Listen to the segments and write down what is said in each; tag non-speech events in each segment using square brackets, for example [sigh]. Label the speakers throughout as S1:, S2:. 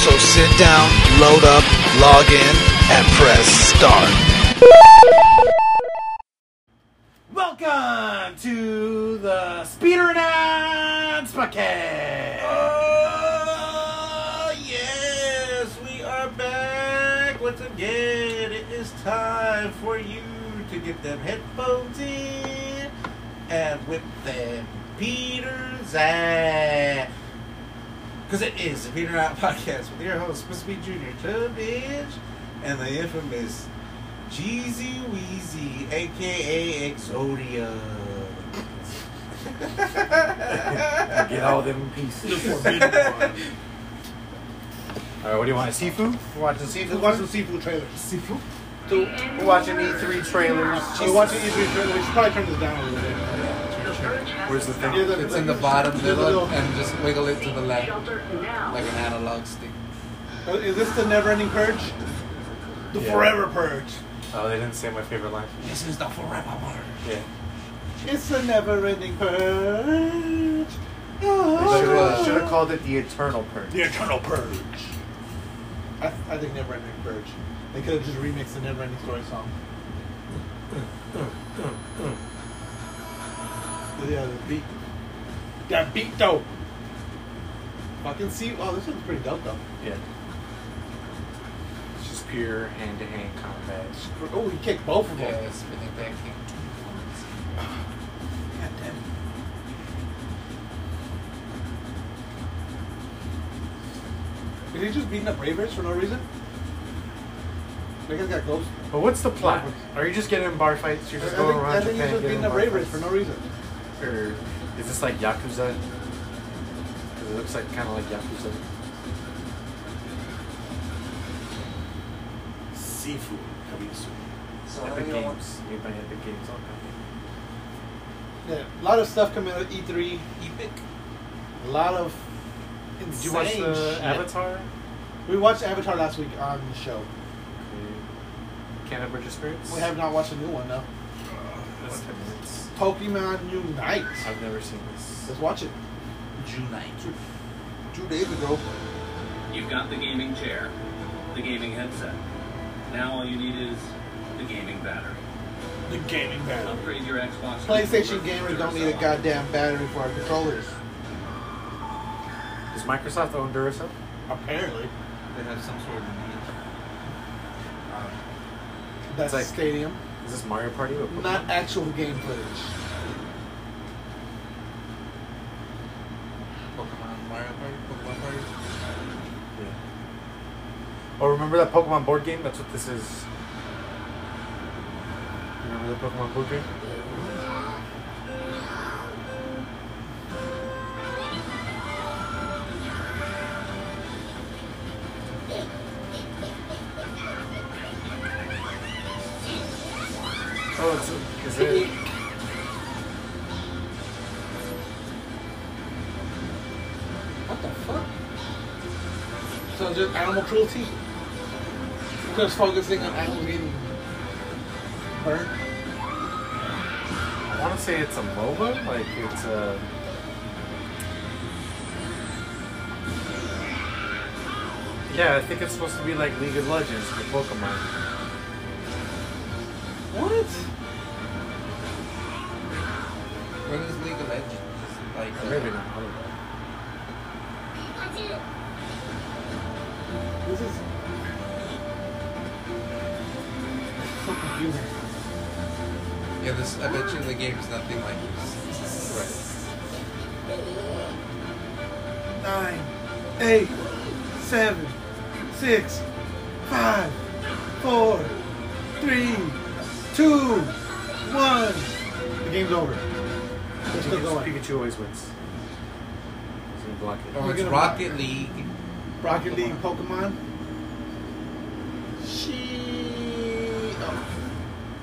S1: So sit down, load up, log in, and press start.
S2: Welcome to the Speeder and Ads Podcast.
S3: Oh, yes, we are back once again. It is time for you to get them headphones in and whip them Peter's ass. Because it is the Peter Out Podcast with your host, Mr. B Jr., Tub Bitch, and the infamous Jeezy Weezy, aka Exodia.
S4: Get all them pieces. Alright, what do you want? Seafood? We're watching seafood. We're watching seafood trailers. Seafood? We're watching E3 trailers.
S5: We're watching these return. We should probably turn this down a little bit.
S4: Where's the thing?
S5: You're
S6: It's in the bottom middle and just wiggle it to the left like an analog stick.
S5: Uh, Is this the never-ending purge? The
S4: Yeah.
S5: forever purge.
S4: Oh, they didn't say my favorite line. This is the forever
S5: It's the never-ending purge.
S4: Yeah. Should
S6: Like,
S4: have,
S6: uh,
S4: called it the eternal purge.
S5: The eternal purge. I, I think never-ending purge. They could have just remixed the never-ending story song. yeah, the beat. That beat though. Fucking see. Oh, this one's pretty dope though.
S4: Yeah. It's just pure hand-to-hand combat.
S5: Oh, he kicked both of them.
S6: Yeah, spinning back kick.
S5: Is he just beating up ravers for no reason? That guy's got ghosts.
S4: But what's the plot? Are you just getting in bar fights? You're
S5: I
S4: just
S5: think,
S4: going
S5: I
S4: around
S5: think he's
S4: Japan
S5: just
S4: getting
S5: beating
S4: in
S5: up
S4: bar
S5: ravers
S4: fights?
S5: for no reason.
S4: Or is this like Yakuza? 'Cause it looks like kind of like Yakuza.
S3: Seafood coming soon.
S4: Epic Games. Made by Epic Games. All kind
S5: Yeah, a lot of stuff coming out of E3.
S3: Epic.
S5: A lot of
S4: Did
S5: insane
S4: you watch the
S5: shit.
S4: Avatar?
S5: We watched Avatar last week on the show.
S4: Can't have Bridge of Spirits?
S5: We have not watched a new one though.
S4: That's ten minutes.
S5: Pokemon Unite.
S4: I've never seen this.
S5: Let's watch it. Two days ago.
S7: You've got the gaming chair, the gaming headset. Now all you need is the gaming battery.
S5: The gaming battle.
S7: Upgrade your Xbox. to
S5: PlayStation
S7: Super
S5: gamers
S7: Booster
S5: don't need a
S7: Sub.
S5: goddamn battery for our controllers.
S4: Does Microsoft own Duracell?
S5: Apparently.
S3: They have some sort of niche.
S5: That's
S4: like-
S5: stadium.
S4: Is this Mario Party? Or
S5: Not actual game footage.
S6: Pokemon Mario Party, Pokemon Party.
S4: Yeah. Oh, remember that Pokemon board game? That's what this is. Remember the Pokemon board game? Oh, it's, is it?
S5: What the fuck? So just animal cruelty. Just focusing on animals getting burnt.
S4: I want to say it's a MOBA, like it's a. Yeah, I think it's supposed to be like League of Legends for Pokemon.
S5: What?
S6: When is League of Legends? Like, uh,
S4: Maybe not. I don't know.
S5: This is so confusing.
S6: Yeah, this, I bet you the game's nothing like this.
S5: Nine, eight, seven, six, five, four, three, two, one. The game's over. They're still going.
S4: Pikachu always wins. He's gonna block it.
S6: Right. Oh,
S5: We're
S6: it's
S5: gonna-
S6: Rocket League.
S5: Rocket League, Pokemon. She. Oh.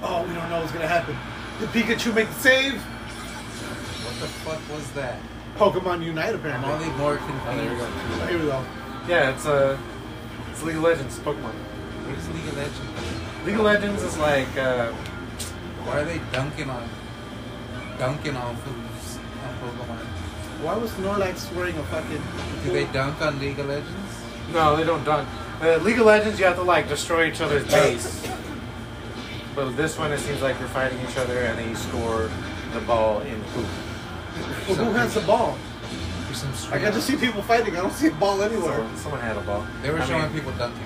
S5: oh, we don't know what's gonna happen. Did Pikachu make the save?
S6: What the fuck was that?
S5: Pokemon Unite
S6: I'm
S5: apparently.
S6: only more confused.
S5: Oh, Here we go.
S4: Yeah, it's uh, it's League of Legends Pokemon.
S6: What is League of Legends?
S4: League of Legends is like uh,
S6: Why are they dunking on dunking on fools on Pokemon?
S5: Why was Snorlax wearing a fucking?
S6: Do they dunk on League of Legends?
S4: no, they don't dunk. Uh, League of Legends, you have to like destroy each other's base. but this one, it seems like you're fighting each other, and they score the ball in poop.
S5: Well, who has the ball?
S6: For some
S5: Like, I
S6: streamer.
S5: just see people fighting. I don't see a ball anywhere.
S4: Someone, someone had a ball.
S6: They were
S4: I
S6: showing
S4: mean,
S6: people dunking.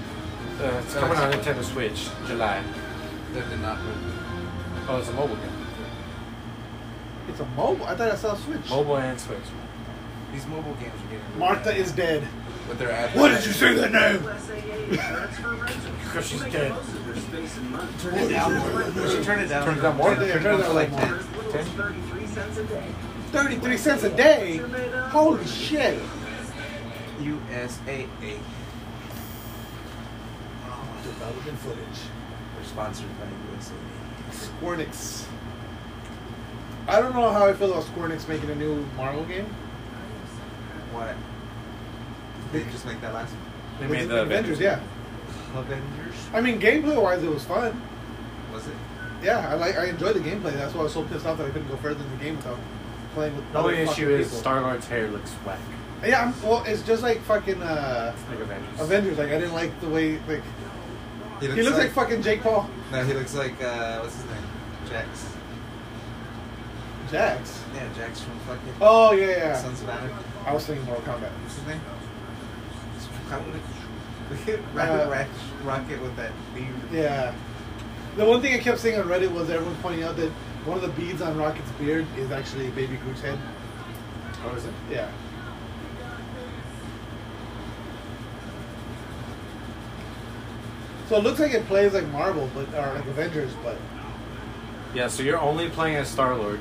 S4: uh, it's coming on Nintendo Switch, July.
S6: That did not work.
S4: Oh, it's a mobile game.
S5: It's a mobile. I thought I saw a switch.
S4: Mobile and Switch.
S6: These mobile games are getting
S5: Martha is dead.
S6: with their ad.
S5: What did you say that name?
S4: Because she's dead.
S7: Turn
S5: it down more.
S7: Turn it down.
S4: Turns out more.
S5: There, turn it down like that. Thirty-three cents a day. Holy shit.
S6: USAA.
S5: Developing footage.
S6: We're sponsored by USAA.
S5: Squirnix. I don't know how I feel about Squirnix making a new Marvel game.
S6: What? Did they just make that last one?
S4: They
S5: With
S4: made the Avengers.
S5: Yeah.
S6: Avengers?
S5: I mean, gameplay-wise, it was fun.
S6: Was it?
S5: Yeah, I like. I enjoyed the gameplay. That's why I was so pissed off that I couldn't go further in the game without playing with.
S4: The
S5: other
S4: only
S5: fucking
S4: issue is
S5: people.
S4: Star Lord's hair looks whack.
S5: Yeah, I'm, well, it's just like fucking uh,
S4: Like Avengers.
S5: Avengers. Like I didn't like the way like
S6: He
S5: he looks like, fucking Jake Paul,
S6: No, he looks like uh, what's his name? Jax.
S5: Jax.
S6: Yeah, Jax from fucking
S5: Oh yeah, yeah.
S6: Sons of Anarchy.
S5: I was thinking Mortal Kombat.
S6: What's his
S5: [laughs]
S6: name? It's
S5: Uh,
S6: Rocket- Rocket, Rash- Rocket with that beard.
S5: Yeah. The one thing I kept seeing on Reddit was everyone pointing out that one of the beads on Rocket's beard is actually Baby Groot's head.
S4: Oh, is it?
S5: Yeah. So it looks like it plays like Marvel, but or like Avengers, but
S4: Yeah, so you're only playing as Star Lord,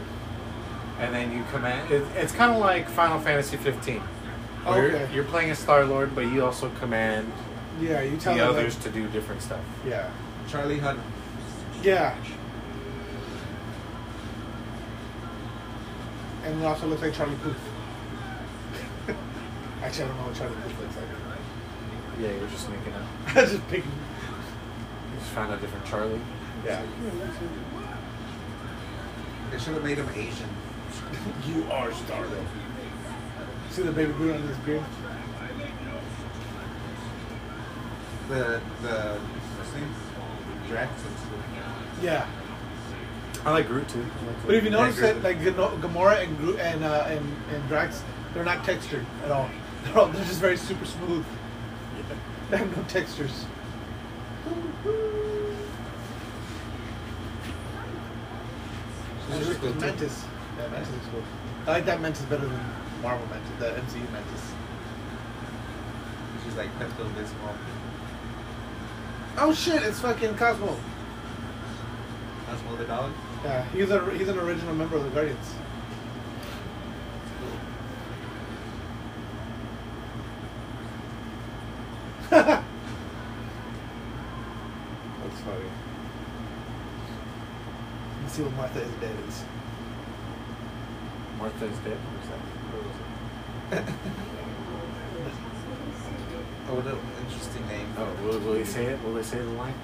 S4: and then you command. It, it's kind of like Final Fantasy 15. where
S5: Okay.
S4: You're, you're playing as Star Lord, but you also command
S5: yeah, you tell
S4: the
S5: them,
S4: others
S5: Like,
S4: to do different stuff.
S5: yeah,
S6: Charlie Hunnam.
S5: yeah. And it also looks like Charlie Puth. [laughs] Actually, I don't know what Charlie Puth looks like. [laughs]
S4: Yeah, you're just making up.
S5: I just picked.
S4: You just found a different Charlie.
S5: Yeah.
S6: They should have made him Asian.
S5: [laughs] You are Starlord. See the baby Groot on his beard?
S6: The the what's his name? Drax. that's
S5: Yeah.
S4: I like Groot too. I like
S5: But if you
S6: Yeah,
S5: notice
S6: I agree
S5: that, like Gano- Gamora and Groot and uh, and and Drax, they're not textured at all. [laughs] They're all they're just very super smooth. They have no textures.
S6: She's just good, too.
S5: Mantis. Yeah, Mantis is cool. I like that Mantis better than Marvel Mantis, the MCU Mantis.
S6: the- She's like Pepto Bismol.
S5: Oh shit! It's fucking Cosmo.
S6: That's more the dog.
S5: Yeah, he's a he's an original member of the Guardians.
S4: That's funny.
S5: You see what Martha is dead is.
S4: Martha is dead. What was that? What was it?
S6: Oh, what an interesting name.
S4: Oh, will, will they say it? Will they say the line?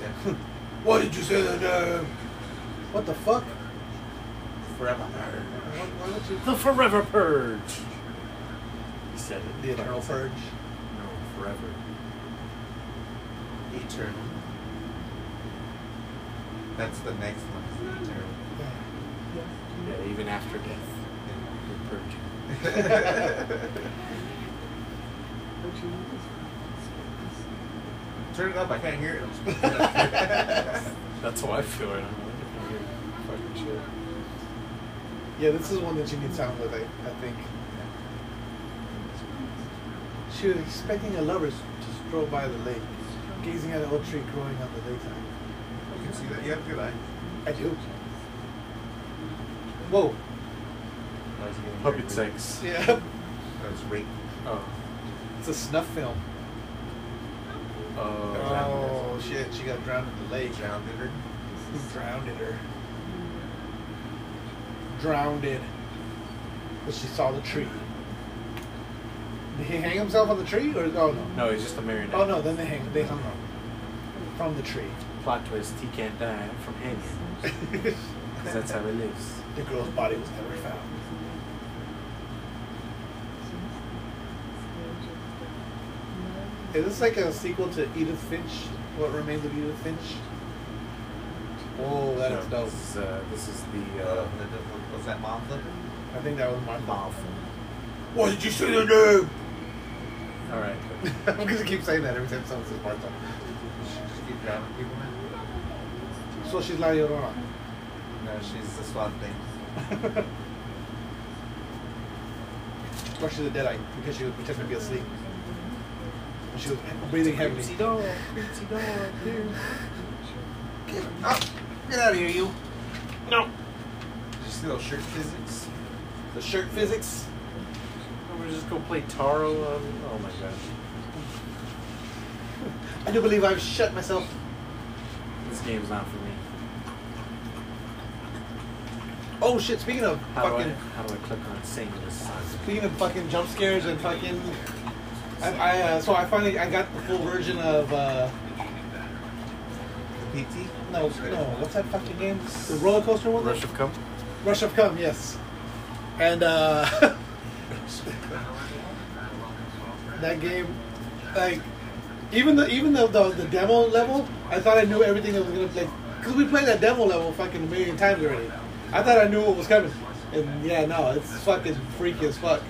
S6: Yeah. [laughs]
S5: Why did you say that name? What the fuck?
S6: um? Forever.
S5: Why, why don't you?
S4: The Forever Purge. He said it.
S5: The Eternal Purge.
S4: No, forever.
S6: Eternal. That's the next one.
S4: Yeah, even after death, you're purging.
S6: [laughs] Turn it [laughs] up, I can't hear it.
S4: That's how I feel right now. I'm like, fucking shit.
S5: Yeah, this is one that you need sound with, I, I think. She was expecting a lover to stroll by the lake, gazing at an old tree growing on the lakeside.
S6: You can see that. You have good eyes.
S5: I do. Whoa. [laughs]
S4: Puppet sex.
S5: Yeah.
S6: That's rape.
S4: Oh.
S5: It's a snuff film.
S4: Oh.
S5: Oh, shit, she got drowned in the lake.
S3: Drowned in her.
S5: Who drowned her? Drowned it. But she saw the tree. Did he hang himself on the tree? Or oh no.
S4: No, he's just a marionette.
S5: Oh no, then they hang they hung him from the tree.
S4: Plot twist: he can't die from
S6: [laughs]
S4: hanging. 'Cause that's how he lives.
S5: The girl's body was never found. Is this like a sequel to Edith Finch? What remains of Edith Finch? Oh, that's
S4: No,
S5: dope.
S4: This is, uh, this is the.
S3: Uh,
S4: Uh,
S3: the- was that mom flipper?
S5: I think that was my mouth.
S3: Why did you say their name?
S4: all
S3: [laughs]
S5: [laughs]
S4: right.
S5: I'm gonna keep saying that every time someone says Martha.
S3: Just keep drowning people now.
S5: So she's La Llorona.
S3: No, she's the swamp thing.
S5: Or she's a deadite because she was pretending to be asleep. And She was breathing heavily.
S3: Oh, get out of here, you. No. Did you see those shirt physics?
S5: The shirt physics.
S4: I'm gonna just go play Taro. Um, oh my gosh,
S5: [laughs] I do believe I've shut myself.
S4: this game's not for me.
S5: Oh shit! Speaking of
S4: How do I?
S5: fucking,
S4: How do I click on sing this song?
S5: speaking of fucking jump scares and fucking, I, I uh, so I finally I got the full version of uh,
S3: The PT?
S5: no no what's that fucking game? The roller coaster one.
S4: Rush of Cum.
S5: Rush of Cum, yes. And uh, [laughs] that game, like even the even though the, the demo level, I thought I knew everything that was gonna like because we played that demo level fucking a million times already. I thought I knew what was coming, and yeah, no, it's fucking freaky as fuck.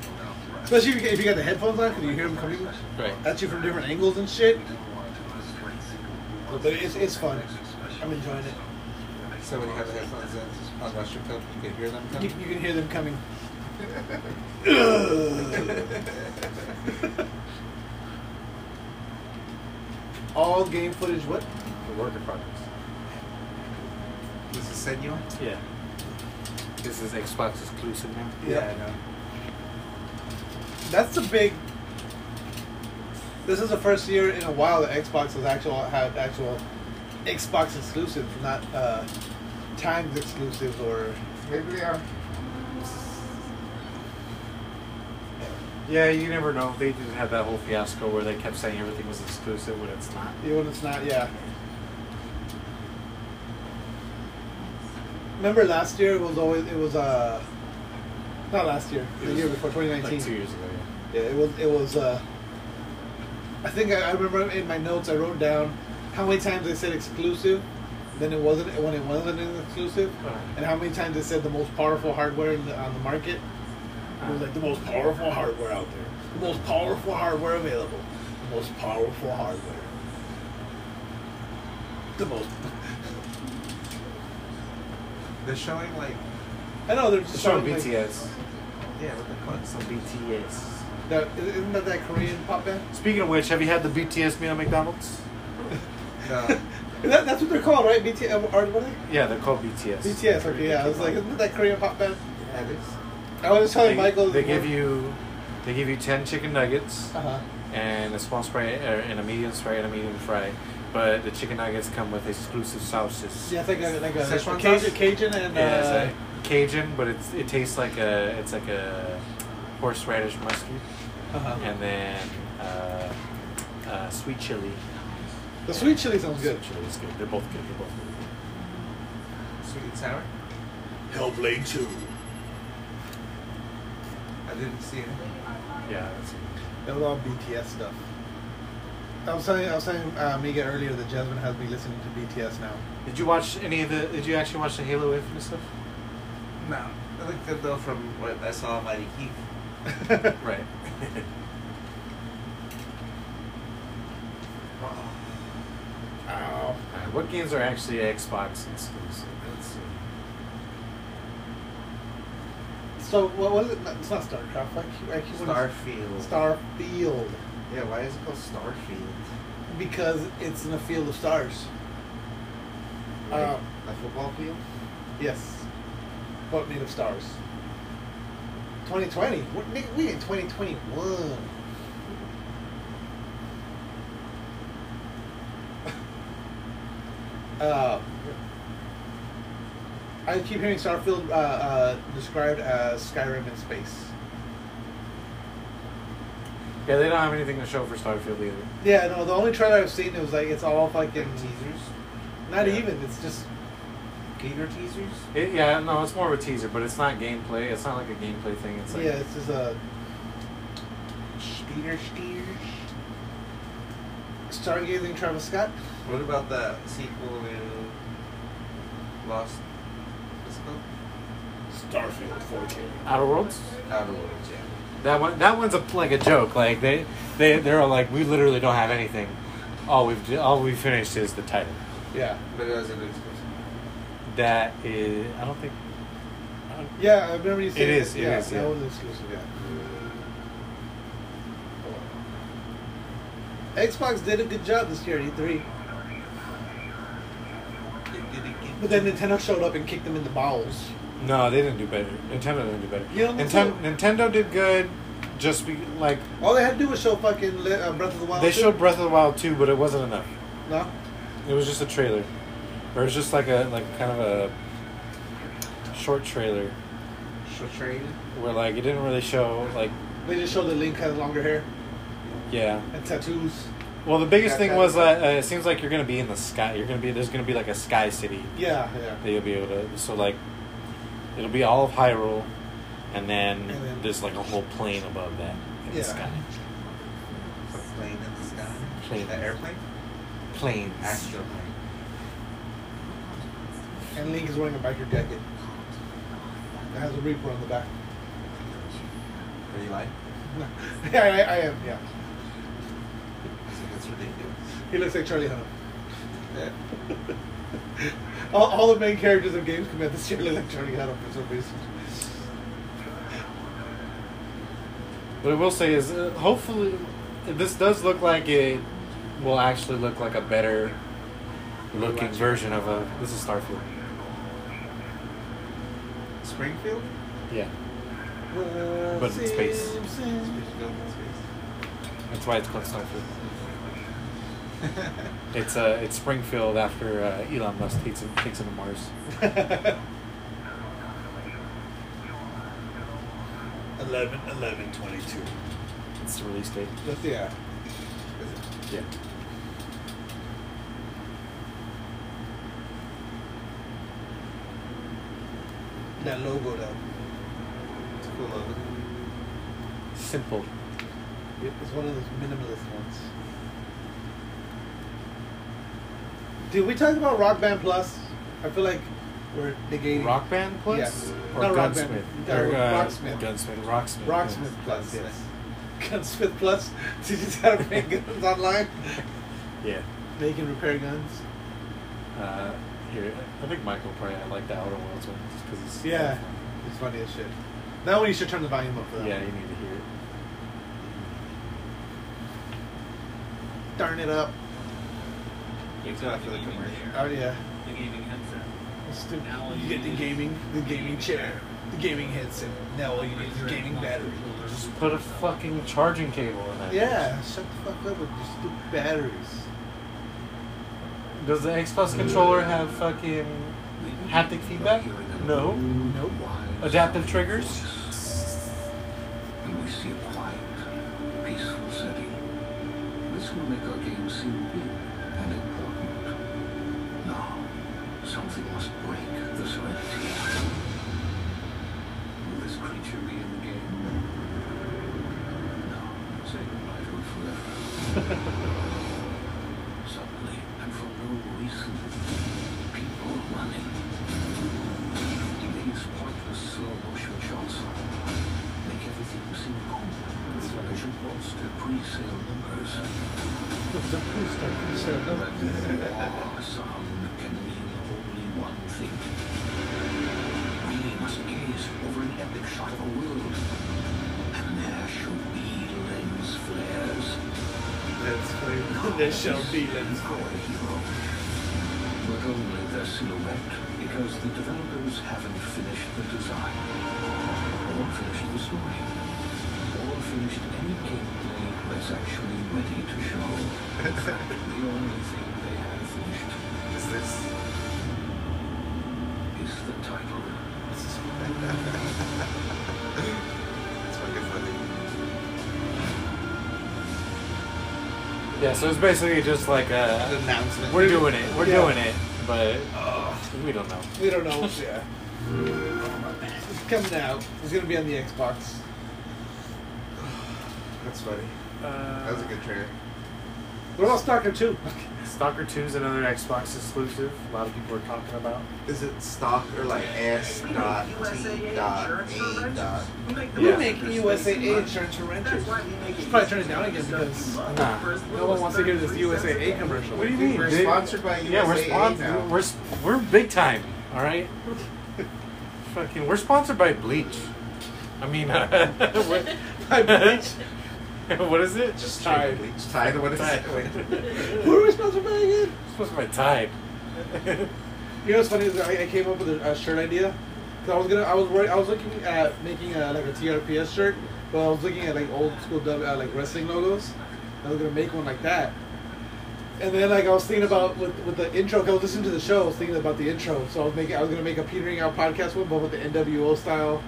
S5: Especially if you, get- if you got the headphones on, because you hear them coming
S4: Right.
S5: at you from different angles and shit. But it's it's fun. I'm enjoying it.
S3: So when you have the headphones in on Rush Film, you can hear them
S5: You, [laughs]
S3: coming?
S5: you can hear them coming. All game footage. What?
S4: The worker products.
S3: This is Senyo?
S4: Yeah. This is Xbox exclusive now.
S5: Yeah.
S3: I know.
S5: That's the big. This is the first year in a while that Xbox has actual had actual Xbox exclusives, not uh, Times exclusives or.
S3: Maybe they are.
S4: Yeah, you never know. They did have that whole fiasco where they kept saying everything was exclusive when it's not.
S5: You know, when it's not, yeah. Remember last year? It was always it was uh, not last year.
S4: It
S5: The
S4: was
S5: year before, twenty nineteen.
S4: Like two years ago. Yeah.
S5: Yeah, it was. It was. Uh, I think I, I remember in my notes I wrote down how many times they said exclusive, then it wasn't when it wasn't an exclusive,
S4: Uh-huh.
S5: and how many times they said the most powerful hardware in the, on the market. It was like the most powerful hardware out there, the most powerful hardware available, the most powerful hardware, the most.
S3: They're showing like,
S5: I know they're
S4: It's
S5: just
S4: showing
S5: showing, like,
S4: BTS.
S3: yeah, what the fuck?
S4: Some BTS.
S5: that- isn't that that Korean pop band?
S4: Speaking of which, have you had the BTS meal at McDonald's? [laughs]
S3: No.
S5: That, that's what they're called, right? BTS. Or what are they?
S4: Yeah, they're called BTS.
S5: BTS. Okay, yeah. I was like, isn't that Korean pop band?
S3: that is.
S5: I was just
S4: They,
S5: telling Michael.
S4: they give you, they give you ten chicken nuggets
S5: Uh huh.
S4: and a small spray or, and a medium spray and a medium fry, but the chicken nuggets come with exclusive sauces.
S5: Yeah, it's like a like a,
S3: Szechuan
S5: Cajun,
S3: sauce?
S5: Cajun and
S4: Yeah, it's
S5: uh,
S4: like Cajun, but it's it tastes like a it's like a horseradish mustard,
S5: uh-huh.
S4: and then uh, uh, sweet chili.
S5: the sweet chili sounds good.
S4: Sweet chili is good. They're both good. They're both good.
S3: Sweet and sour?
S1: Hellblade 2.
S3: I didn't see it.
S4: Yeah, that's
S5: It was all BTS stuff. I was telling I was telling uh, Mika earlier that Jasmine has me listening to BTS now. [laughs]
S4: Did you watch any of the? Did you actually watch the Halo Infinite stuff?
S3: No. It looked good though from what I saw on Mighty Heath.
S5: [laughs]
S4: Right. [laughs]
S5: Ow.
S4: Uh, what games are actually Xbox exclusive? Let's see.
S5: So what was it? It's not Starcraft. I keep, I keep wanting-
S3: Starfield.
S5: Starfield.
S3: Yeah, why is it called Starfield?
S5: Because it's in a field of stars.
S3: Like,
S5: Uh,
S3: a football field?
S5: Yes. But made of stars. 2020. We're, nigga, we in 2021. [laughs] Uh, I keep hearing Starfield uh, uh, described as Skyrim in space.
S4: Yeah, they don't have anything to show for Starfield either.
S5: Yeah, no, the only trailer I've seen it was like it's all fucking
S3: teasers,
S5: Not
S4: Yeah.
S5: even. It's just
S3: gator teasers.
S4: It, yeah, no, it's more of a teaser, but it's not gameplay. It's not like a gameplay thing. It's like
S5: yeah, it's just a
S3: Steer, steer.
S5: stargazing Travis Scott.
S3: What about that sequel in Lost? What's it called?
S2: Starfield 4K.
S4: Outer Worlds.
S3: Outer Worlds, yeah.
S4: That one, that one's a, like a joke. Like they, they, they're all like, we literally don't have anything. All we've, ju- all we finished is the title.
S5: Yeah,
S3: But it was an exclusive.
S4: That is, I don't think. I don't-
S5: yeah, I remember you saying
S4: It is, it
S5: Yeah,
S4: is,
S5: that
S4: yeah.
S5: was exclusive. Yeah. Xbox did a good job this year at E E3, but then Nintendo showed up and kicked them in the bowels.
S4: No, they didn't do better. Nintendo didn't do better.
S5: You don't think
S4: Ninten- Nintendo did good. Just be like
S5: All they had to do was show fucking Le- uh, Breath of the Wild.
S4: they
S5: 2.
S4: showed Breath of the Wild too, but it wasn't enough.
S5: no.
S4: It was just a trailer, or it was just like a like kind of a short trailer
S3: Train.
S4: where like it didn't really show like
S5: They just showed that Link has longer hair
S4: yeah.
S5: and tattoos.
S4: Well, the biggest
S5: That
S4: thing
S5: kind
S4: was
S5: of-
S4: that uh, it seems like you're gonna be in the sky. You're gonna be there's gonna be like a sky city
S5: Yeah, yeah.
S4: that you'll be able to. So like, it'll be all of Hyrule, and
S5: And
S4: then,
S5: then-
S4: there's like a whole plane above that in
S5: Yeah.
S4: the sky.
S3: Plane in the sky.
S4: Plane.
S3: The airplane?
S4: Planes.
S3: Astroplane.
S5: And Link is wearing a biker jacket. It has a Reaper on the back. [laughs]
S3: Are you lying?
S5: yeah, I, I am. Yeah,
S3: Because it's ridiculous.
S5: he looks like Charlie Hunnam. [laughs]
S3: Yeah.
S5: All, all the main characters of games come out this year [laughs] look like Charlie Hunnam for some reason.
S4: What I will say is, uh, hopefully, this does look like it will actually look like a better looking version of a. This is Starfield.
S3: Springfield?
S4: Yeah, but in space.
S3: Springfield in space.
S4: That's why it's
S5: [laughs]
S4: called Starfield. It's uh, it's Springfield after uh, Elon Musk takes him takes him to Mars.
S5: [laughs]
S1: Eleven, eleven, twenty-two.
S4: It's the release date.
S5: But yeah,
S4: Yeah.
S5: that logo though.
S3: It's cool logo.
S4: Simple.
S5: It's one of those minimalist ones. Did we talk about Rock Band Plus? I feel like we're negating
S4: Rock band plus
S5: Yeah.
S4: or
S5: Not Rock Band.
S4: gunsmith
S5: Yeah,
S4: or uh,
S5: Rocksmith.
S4: gunsmith rocksmith
S5: Rocksmith Plus. Yes. [laughs] Gunsmith Plus [laughs] teaches how to make guns online.
S4: Yeah.
S5: They can repair guns.
S4: yeah. Uh, here, I think Michael probably I like the Outer Worlds one because it's
S5: Yeah, it's funny as shit. That one you should turn the volume up for that.
S4: Yeah, you need to hear it.
S5: Turn it up.
S7: You've
S3: So I
S7: got the
S3: feel like
S7: gaming
S3: I'm right.
S5: Oh
S7: chair,
S5: yeah.
S7: the gaming headset,
S5: It's stupid.
S7: Now all
S5: You
S7: you
S5: get the
S7: need is-
S5: gaming, the gaming chair, the gaming headset. Now all you need is a gaming battery.
S4: Just put a fucking charging cable in that.
S5: Yeah, shut the fuck up with your stupid batteries.
S4: Does the Xbox controller have fucking haptic feedback? No.
S5: Nope.
S4: Adaptive triggers?
S8: and we see a quiet, peaceful setting. This will make our game seem big and important. Now, something must break the serenity. Will this creature be in the game? No, say goodbye to it forever. [laughs] Suddenly, and for no reason, people running. These pointless slow motion shots make everything seem cool. I should watch the pre-sale numbers. Ah, sound can mean only one thing. We must gaze over an epic shot of a world, and there should be lens flares. [laughs]
S5: [laughs]
S8: There shall be lens flares. But only their silhouette, because the developers haven't finished the design or finished the story, or finished any gameplay that's [laughs] actually ready to show. In fact, the only thing they have finished
S3: Is this
S4: Yeah, so it's basically just like
S6: An
S4: a,
S6: announcement.
S4: we're doing it, we're
S5: Yeah.
S4: doing it, but we don't know.
S5: We don't know. yeah. It's coming out. It's gonna be on the Xbox.
S6: That's funny. That was a
S2: Uh,
S6: good trailer.
S5: What about Stalker 2?
S4: Stalker 2 is another Xbox exclusive. A lot of people are talking about.
S6: Is it stock or like S dot T dot A dot?
S5: We're making USA insurance for renters. Should probably turn it down again because
S4: Nah.
S5: no one wants to hear this USA commercial.
S4: What do you mean?
S6: We're
S4: dude?
S6: sponsored by
S4: Yeah, we're
S6: USAA now.
S4: sponsored. We're s- we're big time. All
S6: [laughs]
S4: right. Fucking, we're sponsored by Bleach. I mean, [laughs]
S6: [laughs]
S4: uh,
S5: By Bleach.
S4: [laughs] what is it?
S6: Just Tide. Tide. What is it? Wait. [laughs]
S5: Who are we sponsored by again?
S4: [laughs] Sponsored by Tide. [laughs]
S5: You know what's funny is I, I came up with a, a shirt idea. Cause I was gonna, I was worried, I was looking at making a, like a TRPS shirt, but I was looking at like old school w, uh, like wrestling logos. I was gonna make one like that. And then like I was thinking about with, with the intro, 'cause I was listening to the show, I was thinking about the intro. So I was making, I was gonna make a petering out podcast one, but with the NWO style.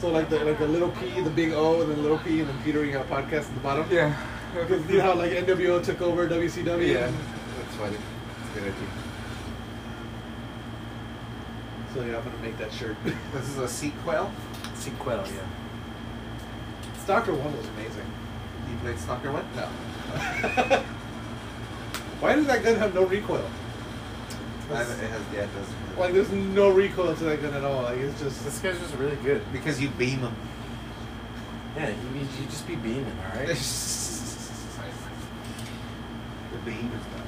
S5: So like the like the little P, the big O, and then little P, and then petering out podcast at the bottom. [laughs]
S6: Yeah.
S5: Because you know how like NWO took over WCW.
S6: Yeah. That's funny. That's a good idea.
S5: So yeah, I'm gonna make that shirt. [laughs]
S6: This is a sequel.
S4: Sequel, yeah.
S5: Stalker One was amazing.
S6: You played Stalker One? No.
S5: Why does that gun have no recoil?
S6: I haven't- it has yeah, it does.
S5: Like, there's no recoil to that gun at all. Like, it's just.
S4: This guy's just really good.
S6: because you beam them.
S4: Yeah, you, you you just be beaming, all
S6: the beam
S4: right.
S6: [laughs] is not.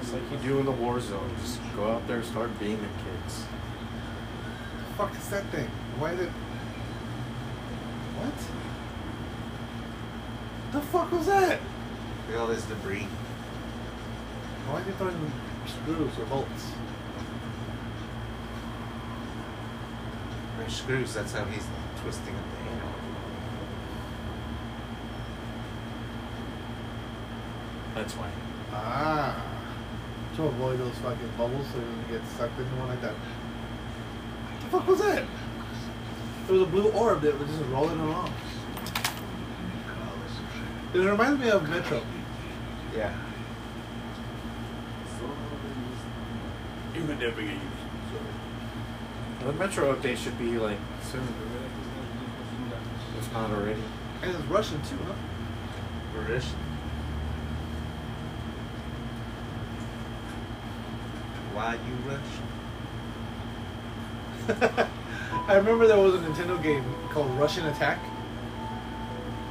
S4: It's like you do in the war zone. Just go out there, and start beaming, kids.
S6: Fuck is that thing? Why did?
S5: What? The fuck was that?
S6: Look at all this debris.
S5: Why are you throwing screws or bolts?
S6: Or screws. That's how he's twisting up the handle.
S4: That's why.
S6: Ah.
S5: To avoid those fucking bubbles so you don't get sucked into one like that. What the fuck was that? It was a blue orb that was just rolling along. It reminds me of Metro.
S6: Yeah.
S2: you would never get used to it.
S4: The Metro update should be like soon, if not already.
S5: And it's Russian too, huh?
S6: Russian. Why you Russian?
S5: [laughs] I remember there was a Nintendo game called Russian Attack,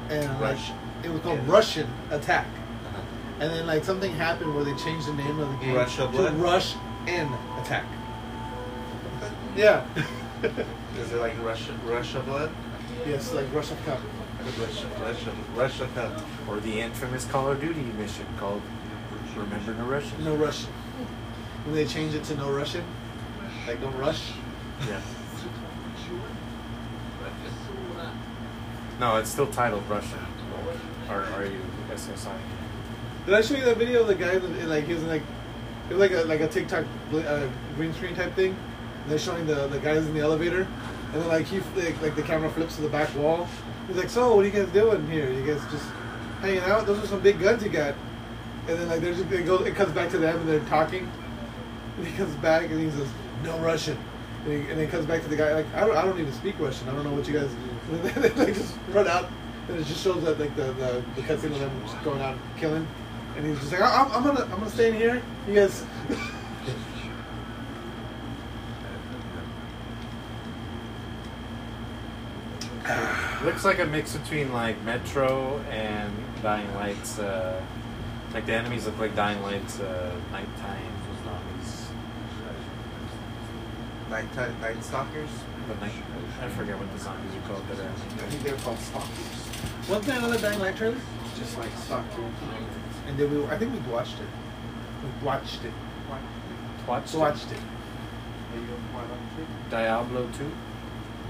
S5: and like
S6: Russian.
S5: it was called
S6: Yeah.
S5: Russian Attack, and then like something happened where they changed the name of the game
S6: Russia
S5: to
S6: Blood?
S5: Rush N Attack. Yeah.
S6: [laughs] Is it like Russia, Russia blood?
S5: yes, like Russia Cup.
S6: Russia, Russia, Russia cunt.
S4: Or the infamous Call of Duty mission called Remember the Russians.
S5: No Russian. When they changed it to No Russian, like don't rush.
S4: Yeah. No, it's still titled Russian. Or are you SSI?
S5: Did I show you that video of the guy that like he was in, like it was like a like a TikTok bl- uh, green screen type thing? And they're showing the the guys in the elevator, and then like he like, like the camera flips to the back wall. He's like, "So what are you guys doing here? You guys just hanging out? Those are some big guns you got." And then like there's it goes it comes back to them and they're talking. And [laughs] he comes back and he says, "No Russian." And, he, and then comes back to the guy like, "I don't I don't even speak Russian. I don't know what you guys." [laughs] And then they like just run out. And it just shows that like the the, the cutscene of them just going out and killing, and he's just like, I, I'm, "I'm gonna I'm gonna stay in here." You guys,
S4: Looks like a mix between like Metro and Dying Lights. Uh, like the enemies look like Dying Lights, uh, nighttime zombies.
S6: Night, night stalkers?
S4: But night, I forget what the zombies are called. But
S6: I
S4: uh,
S6: think they're called stalkers.
S5: one thing another Dying Light trailer, just like soccer, and then we I think we watched it, we watched it,
S4: Twatch.
S5: watched it.
S4: Diablo two.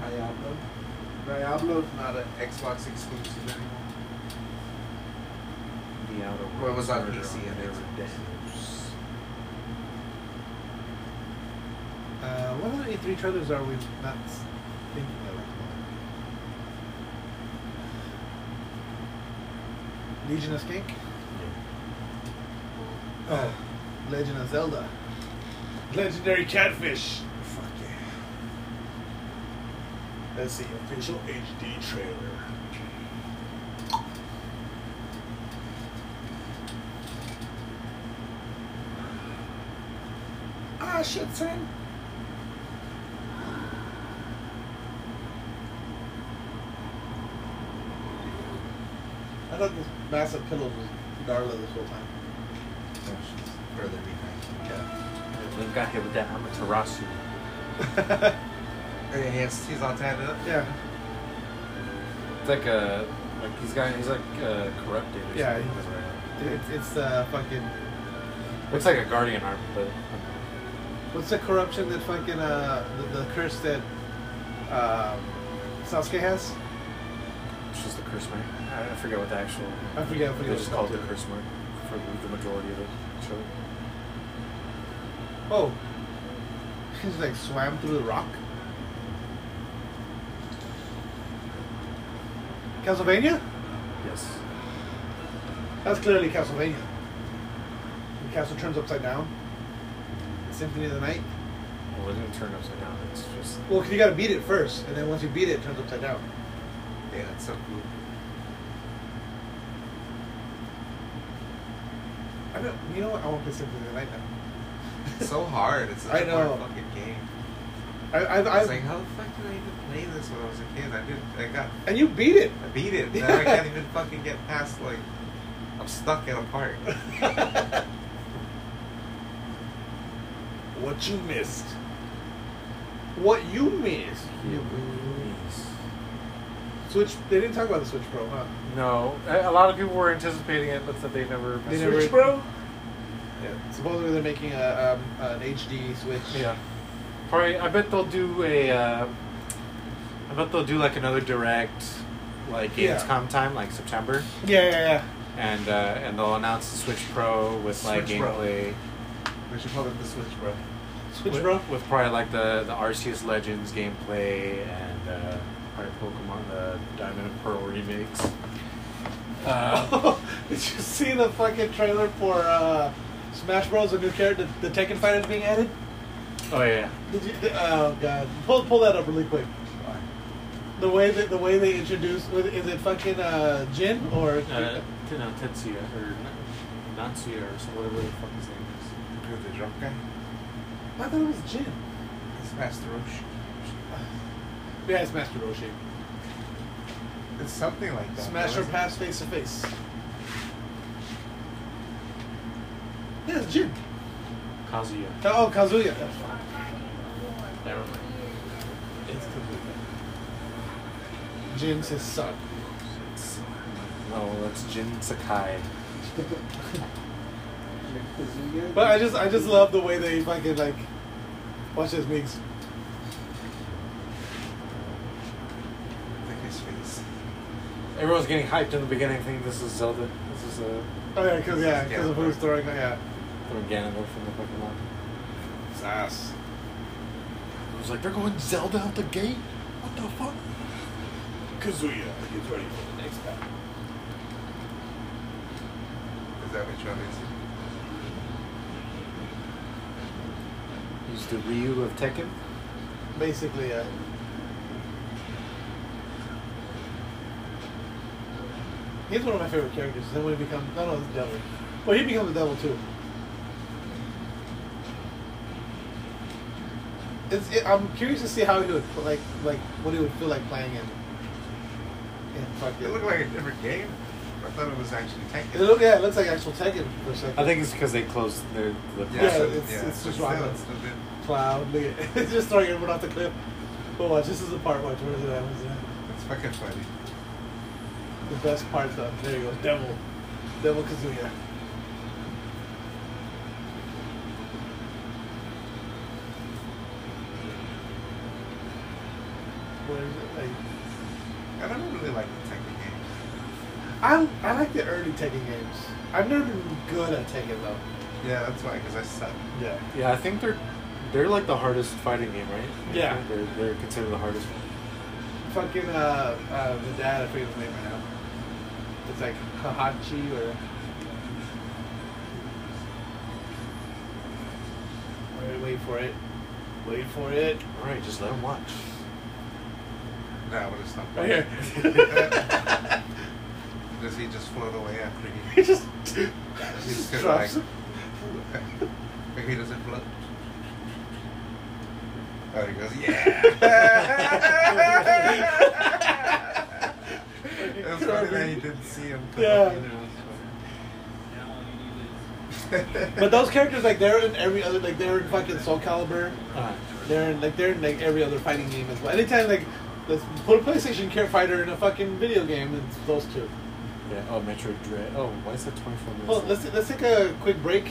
S6: Diablo. Diablo's not an Xbox exclusive anymore.
S4: The outer world.
S6: Well, it was on
S4: Murder
S6: PC and
S4: They were
S6: Xbox.
S4: dead.
S5: Uh, what other E3 trailers are we not thinking of? Legion of Skink.
S4: Yeah.
S5: Oh, Legend of Zelda.
S2: Legendary catfish.
S5: Fuck yeah. Let's see.
S2: Official HD trailer.
S5: Ah, shit, son. I thought this massive pillow was Darla this whole time.
S6: No, she's further behind.
S4: Luke got hit with that Amaterasu.
S5: Yeah.
S6: Hey, yes, he's all tied up.
S5: yeah.
S4: It's like a like he's got he's like uh, corrupted. Or
S5: Yeah,
S4: something.
S5: he's- It's, it's uh, fucking.
S4: looks like a guardian arm, but
S5: What's the corruption that fucking. Uh, the, the curse that. Um, Sasuke has?
S4: it's just a curse mark. I, I forget what the actual.
S5: I forget. I forget.
S4: They
S5: what
S4: just
S5: it's
S4: called it
S5: called.
S4: a curse mark for the majority of the show.
S5: Oh. He's like swam through the rock. Castlevania?
S4: Yes.
S5: That's clearly Castlevania. The castle turns upside down. Symphony of the Night.
S4: Well, it didn't turn upside down. It's just
S5: Well, 'cause you gotta beat it first, and then once you beat it, it turns upside down.
S6: Yeah, that's so cool.
S5: I don't. You know what? I want to play Symphony of the Night now.
S6: It's so hard. It's such
S5: I
S6: a
S5: know.
S6: hard fucking game.
S5: I, I've,
S6: I was
S5: I've,
S6: like, how the fuck did I even play this when I was a kid? I did. I got.
S5: and you beat it.
S6: I beat it.
S5: [laughs]
S6: Now I can't even fucking get past like. I'm stuck at a
S5: [laughs]
S6: park.
S2: What you missed.
S5: What you missed?
S4: Yes.
S5: Switch. They didn't talk about the Switch Pro, huh?
S4: No, a a lot of people were anticipating it, but that they never.
S5: They never-
S2: Switch Pro?
S5: Yeah. Supposedly they're making a um, an HD Switch.
S4: Yeah. Probably. I bet they'll do a. Uh, I bet they'll do like another direct, like
S5: Yeah.
S4: Gamescom time, like September,
S5: Yeah, yeah, yeah.
S4: and uh, and they'll announce the Switch Pro with like
S5: Switch Pro.
S4: gameplay.
S6: we should call it the Switch, bro.
S5: Switch
S4: with,
S5: Pro.
S4: with probably like the the Arceus Legends gameplay and uh, probably Pokemon the Diamond and Pearl remakes. Uh,
S5: [laughs] Did you see the fucking trailer for uh, Smash Bros? A new character, the Tekken fighters being added.
S4: oh yeah.
S5: Did you? Oh god, pull pull that up really quick. The way that the way they introduce is it fucking uh, Jin or
S4: Uh, t- no, Tetsuya or Natsuya or some- whatever the fuck his name is.
S6: Who's the drunk guy?
S5: I thought it was Jin.
S6: It's Master Roshi.
S5: Yeah, it's Master Roshi.
S6: It's something like that.
S5: Smash
S6: though,
S5: or
S6: isn't
S5: pass face to face. Yeah, it's Jin.
S4: Kazuya.
S5: Oh, Kazuya. That's fine.
S4: Never mind.
S5: It's Kazuya. Jin's his son.
S4: No, Oh, that's Jin Sakai.
S5: But I just I just love the way they fucking like watch this mix.
S6: it? Look at his face.
S4: Everyone's getting hyped in the beginning, thinking this is Zelda. This is uh,
S5: Oh yeah, cause yeah, cause of
S6: Yeah.
S5: who's throwing. Yeah,
S4: from Ganondorf from the Pokemon.
S5: it's ass.
S4: It was like they're going Zelda out the gate. What the fuck?
S2: Kazuya is ready for the next battle.
S6: Is that which one is
S4: He's
S6: it?
S4: the Ryu of Tekken.
S5: Basically, yeah. He's one of my favorite characters. Then when he becomes, no, no, the devil. Well, he becomes the devil too. It's, it, I'm curious to see how he would like, like what he would feel like playing in. In fucking.
S6: It looked like a different game. I thought it was actually Tekken.
S5: It look, yeah, it looks like actual Tekken for a second.
S4: I think it's because they closed their the
S5: Yeah,
S4: process.
S5: it's- it's just
S6: but
S5: right.
S6: still, it's still good.
S5: cloud. [laughs] Look at it's just throwing everyone off the cliff. But watch, this is the part. Watch, where is it at? Where's it at?
S6: It's fucking funny.
S5: The best part though. There you go. Devil. Devil Kazuya. Where is it? Like,
S6: I don't really like the Tekken games.
S5: I, I like the early Tekken games. I've never been good at Tekken though.
S6: Yeah, that's why, because I suck.
S5: Yeah.
S4: Yeah, I think they're they're like the hardest fighting game, right?
S5: Yeah.
S4: they're, they're considered the hardest. one.
S5: Fucking uh, uh, the dad, I forget his name right now. It's like Kahachi or Wait, wait for it. Wait for it.
S4: All right, just let him watch.
S6: Nah, but it's not.
S5: Right here.
S6: Does he just float away after [laughs] he? [laughs]
S5: He just
S6: He's kind of like.
S5: drops
S6: Maybe he doesn't float. Oh, he goes,
S5: [laughs]
S6: yeah. it was funny that he didn't see him. come
S5: Yeah.
S6: up either, it was
S9: Now all you need is
S6: funny.
S5: [laughs] But those characters, like they're in every other, like they're in fucking Soul Calibur.
S4: Uh,
S5: They're in like they're in like every other fighting game as well. Anytime like let's put a PlayStation care fighter in a fucking video game, it's those two.
S4: yeah. Oh, Metro Dread. Oh, why is that 24 minutes?
S5: Well, let's let's take a quick break,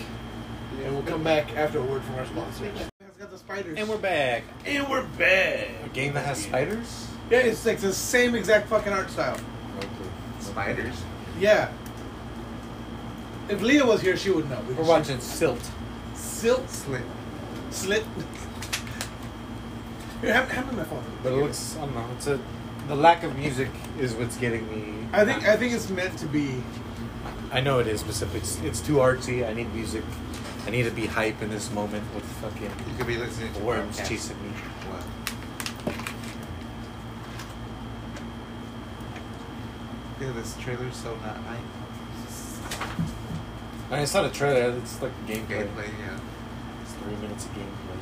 S5: and we'll come back after a word from our sponsors. It's got the spiders.
S4: and we're back.
S5: and we're back.
S4: A game that has spiders?
S5: Yeah, it's like the same exact fucking art style.
S4: Okay.
S6: Spiders?
S5: Yeah. If Leah was here, she would know.
S4: We're watching Silt.
S5: Silk
S6: Slit.
S5: Slit. Here, have, have it in my phone.
S4: But it looks, I don't know, it's a, the lack of music is what's getting me.
S5: I think I think it's meant to be.
S4: I know it is, but it's, it's too artsy. I need music. I need to be hype in this moment with fucking
S6: You could be listening to
S4: worms
S6: podcasts.
S4: chasing me.
S6: Wow. Yeah, this trailer's so not hype.
S4: I mean, it's not a trailer, it's like gameplay.
S6: Gameplay, yeah.
S4: It's three minutes of gameplay.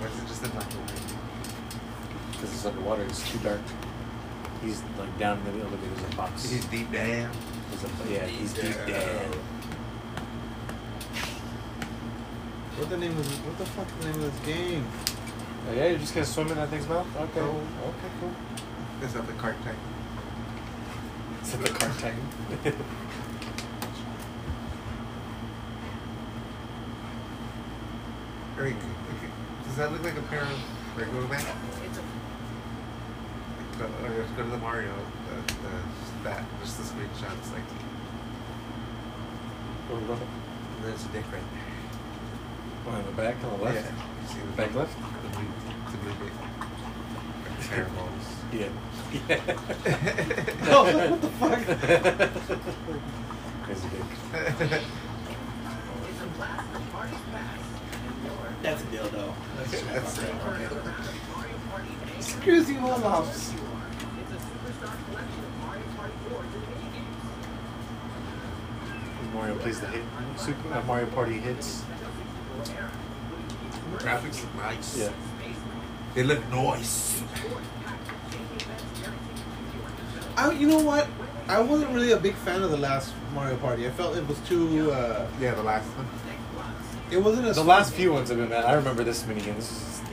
S6: Why is it just a microwave?
S4: Because it's underwater, it's too dark. He's like down in the elevator, there's a box.
S6: He's deep down.
S4: There's a- yeah, he's deep
S6: Yeah.
S4: down.
S5: What the name of this, what the fuck the name of this game?
S4: Oh, yeah, you're just gonna swim in that thing's mouth? Okay.
S6: Cool.
S4: Okay, cool.
S6: Is that the cart type?
S4: It's at the cart
S6: [laughs]
S4: time.
S6: Or you could- you could- Does that look like a pair of regular bands? Go, or let's go to the Mario. The, the, that just the screenshots like there's a dick right there.
S4: One in the back, on the left.
S6: Yeah. You see the
S4: Back
S6: blue-
S4: left?
S6: The blue, the blue bit. Like pair of balls.
S5: [laughs]
S4: Yeah. Yeah.
S5: Oh, what the fuck?
S4: Crazy dick.
S5: That's a dildo.
S6: That's it.
S5: Excuse you, old mouse.
S4: Mario plays the hit. Super uh, Mario Party hits.
S6: Graphics look nice.
S4: Yeah.
S6: They look nice.
S5: I, you know what? I wasn't really a big fan of the last Mario Party. I felt it was too. Uh,
S6: Yeah, the last one.
S5: it wasn't as
S4: The last few ones have been bad. I remember this mini game. This is [laughs]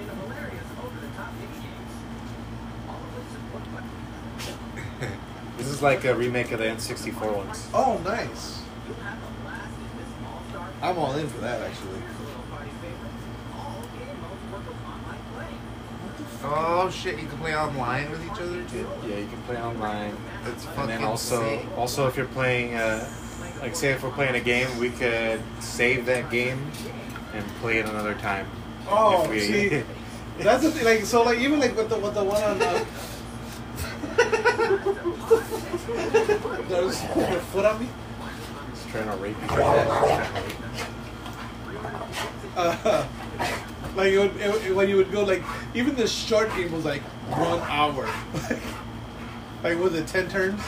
S4: this is like a remake of the N64 ones.
S5: Oh, nice. I'm all in for that actually.
S6: Oh shit! You can play online with each other too.
S4: Yeah, you can play online.
S6: That's fucking
S4: And then also,
S6: sick.
S5: [laughs]
S4: also if you're playing, uh, like say if we're playing a game, we could save that game and play it another time.
S5: Oh,
S4: If we- [laughs]
S5: see, that's the thing. Like, so, like, even like with the with the one on
S4: [laughs]
S5: the. There's your foot on me.
S4: He's trying to rape you.
S5: Uh, like it would, it, would- when you would go like even the short game was like one hour. [laughs] like was it ten turns?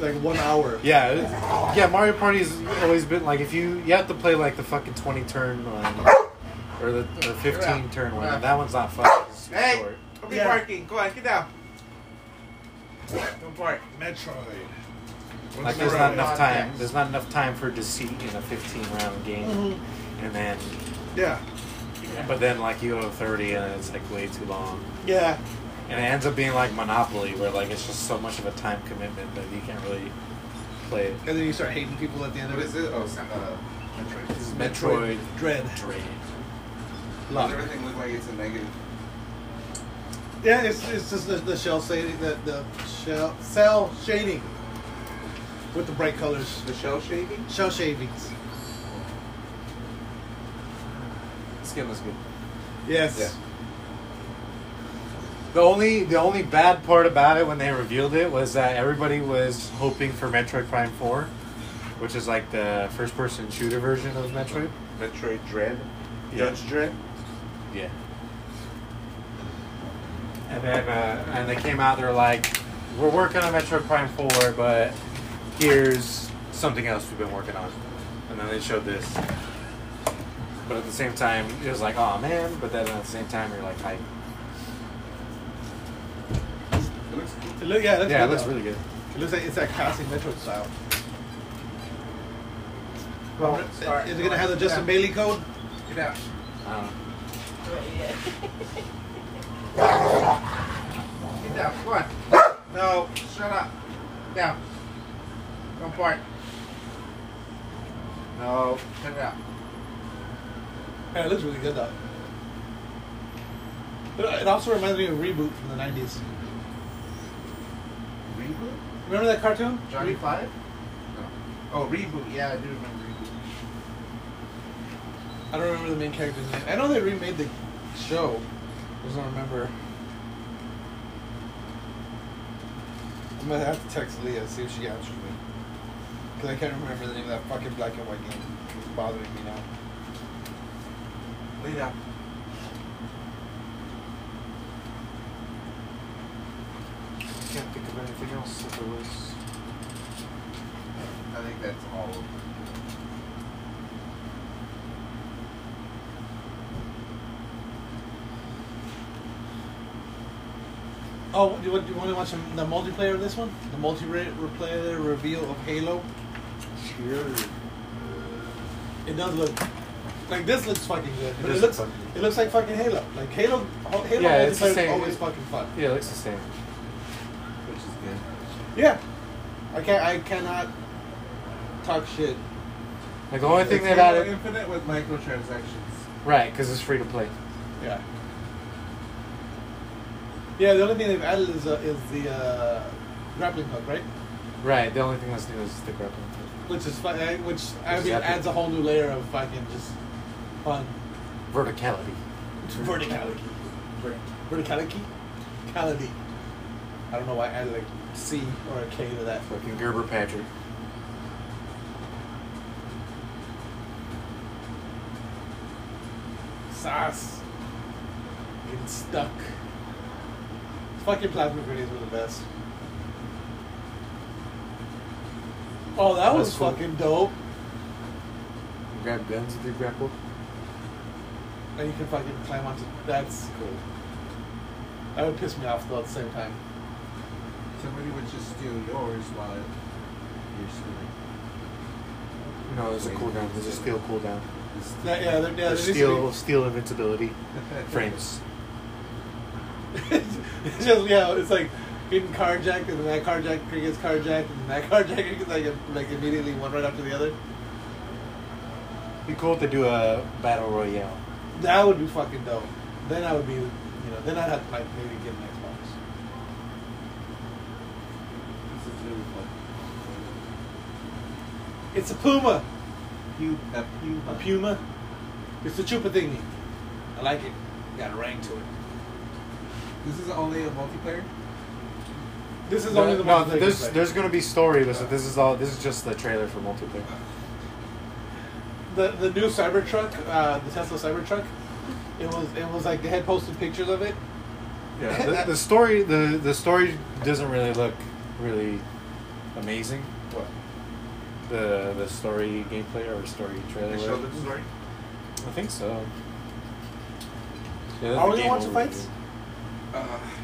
S5: Like one hour.
S4: Yeah, it is- yeah. Mario Party's always been like if you you have to play like the fucking twenty turn one or the or fifteen turn one. and That one's not fun. 'cause It's too
S6: Hey!
S4: short.
S6: Don't
S5: Yeah.
S6: Go on, get down.
S5: Don't bark. Metroid.
S4: Like there's not enough time. There's not enough time for deceit in a fifteen round game. And then,
S5: Mm-hmm. Yeah.
S4: but then like you go to thirty and it's like way too long.
S5: Yeah.
S4: And it ends up being like Monopoly, where like it's just so much of a time commitment that you can't really play it.
S5: And then you start hating people at the end
S6: What
S5: of
S6: is
S5: it.
S6: it? Oh, it's, uh, Metroid.
S4: Metroid
S5: Dread.
S4: Dread.
S6: Does
S5: Love.
S6: everything look like it's a negative?
S5: Yeah, it's, it's just the, the shell shading, the, the shell cell shading with the bright colors,
S6: The shell shading?
S5: shell shavings.
S4: This game was good.
S5: Yes.
S4: The only the only bad part about it when they revealed it was that everybody was hoping for Metroid Prime Four, which is like the first person shooter version of Metroid.
S3: Metroid Dread,
S4: Yeah.
S3: Judge Dread.
S4: Yeah. And then, uh, and they came out. They're like, "We're working on Metro Prime Four, but here's something else we've been working on." And then they showed this. But at the same time, it was like, "Oh man!" But then at the same time, you're like, "Hype!"
S5: It looks, it look, yeah, it looks
S4: Yeah,
S5: good
S4: it looks
S5: though.
S4: really good.
S5: It looks like it's that classic Metroid style.
S2: Well,
S5: Is it gonna have the Justin Bailey code?
S6: Get out.
S4: I
S5: Um,
S4: don't know.
S6: Get down. Come on. No, shut up. Down. Don't bark. No, put it out.
S5: Yeah, it looks really good though. But it also reminds me of Reboot from the '90s.
S6: Reboot?
S5: Remember that cartoon?
S6: Johnny
S5: Re-
S6: Five? No. Oh, reboot. Yeah, I do remember reboot.
S5: I don't remember the main character's name. I know they remade the show. I just don't remember. I'm gonna have to text Leah see if she answers me. Cause I can't remember the name of that fucking black and white game. It's bothering me now.
S6: Lay down.
S4: Can't think of anything else that there was.
S6: I think that's all of them.
S5: Oh, you want, you want to watch some- the multiplayer of this one? The multiplayer reveal of Halo.
S4: Sure.
S5: It does look like this looks fucking good. But
S4: It
S5: it,
S4: does
S5: looks
S4: look fucking good.
S5: it looks like fucking Halo. Like Halo, Halo
S4: Yeah,
S5: multiplayer
S4: it's the
S5: is
S4: same-
S5: always fucking fun.
S4: Yeah, it looks the same. Which is good.
S5: Yeah, I can't. I cannot talk shit.
S4: Like the only thing
S6: It's
S4: that
S6: Halo
S4: added,
S6: Infinite with microtransactions.
S4: right? Because it's free to play.
S5: Yeah. Yeah, the only thing they've added is uh, is the uh, grappling hook, right?
S4: Right. The only thing that's new is the grappling.
S5: Which is fu- uh, which I mean
S4: Exactly.
S5: adds a whole new layer of fucking just fun
S4: hook. Verticality.
S5: verticality. Vert- Verticality, cality. I don't know why I added like C or a K to that.
S4: Fucking Gerber Patrick.
S5: Sauce. Getting stuck. Fucking plasma grenades were the best. Oh, that was
S4: That's cool.
S5: fucking dope.
S4: Grab guns with your grapple.
S5: And you can fucking climb onto. That's cool. That would piss me off though at the same time.
S6: Somebody would just steal yours while you're stealing.
S4: No, there's a cooldown. There's a steel cooldown.
S5: That, yeah, they're, yeah,
S4: There's
S5: they
S4: steel steel invincibility
S6: [laughs]
S4: frames.
S5: it's [laughs] just yeah, it's like getting carjacked and then that carjacker gets carjacked and then that carjacker gets like like immediately one right after the other.
S4: Be cool if they do a battle royale.
S5: That would be fucking dope. Then I would be, you know, then I'd have to like maybe get an Xbox.
S6: This is really fun.
S5: It's a Puma,
S6: Pew, a pew,
S5: a Puma. It's the Chupa thingy. I like it. Got a ring to it.
S6: This is only a multiplayer?
S5: This is
S4: No,
S5: only the
S4: no,
S5: one that I
S4: there's
S5: can play.
S4: there's gonna be story, but so this is all. This is just the trailer for multiplayer.
S5: the the new Cybertruck, uh, the Tesla Cybertruck. It was it was like they had posted pictures of it.
S4: Yeah, the, the story the the story doesn't really look really amazing.
S6: What?
S4: The the story gameplay or story trailer.
S3: They showed the story.
S4: I think so. Yeah,
S5: Are we gonna
S4: the game
S5: watch the
S4: overview.
S5: fights?
S6: Uh,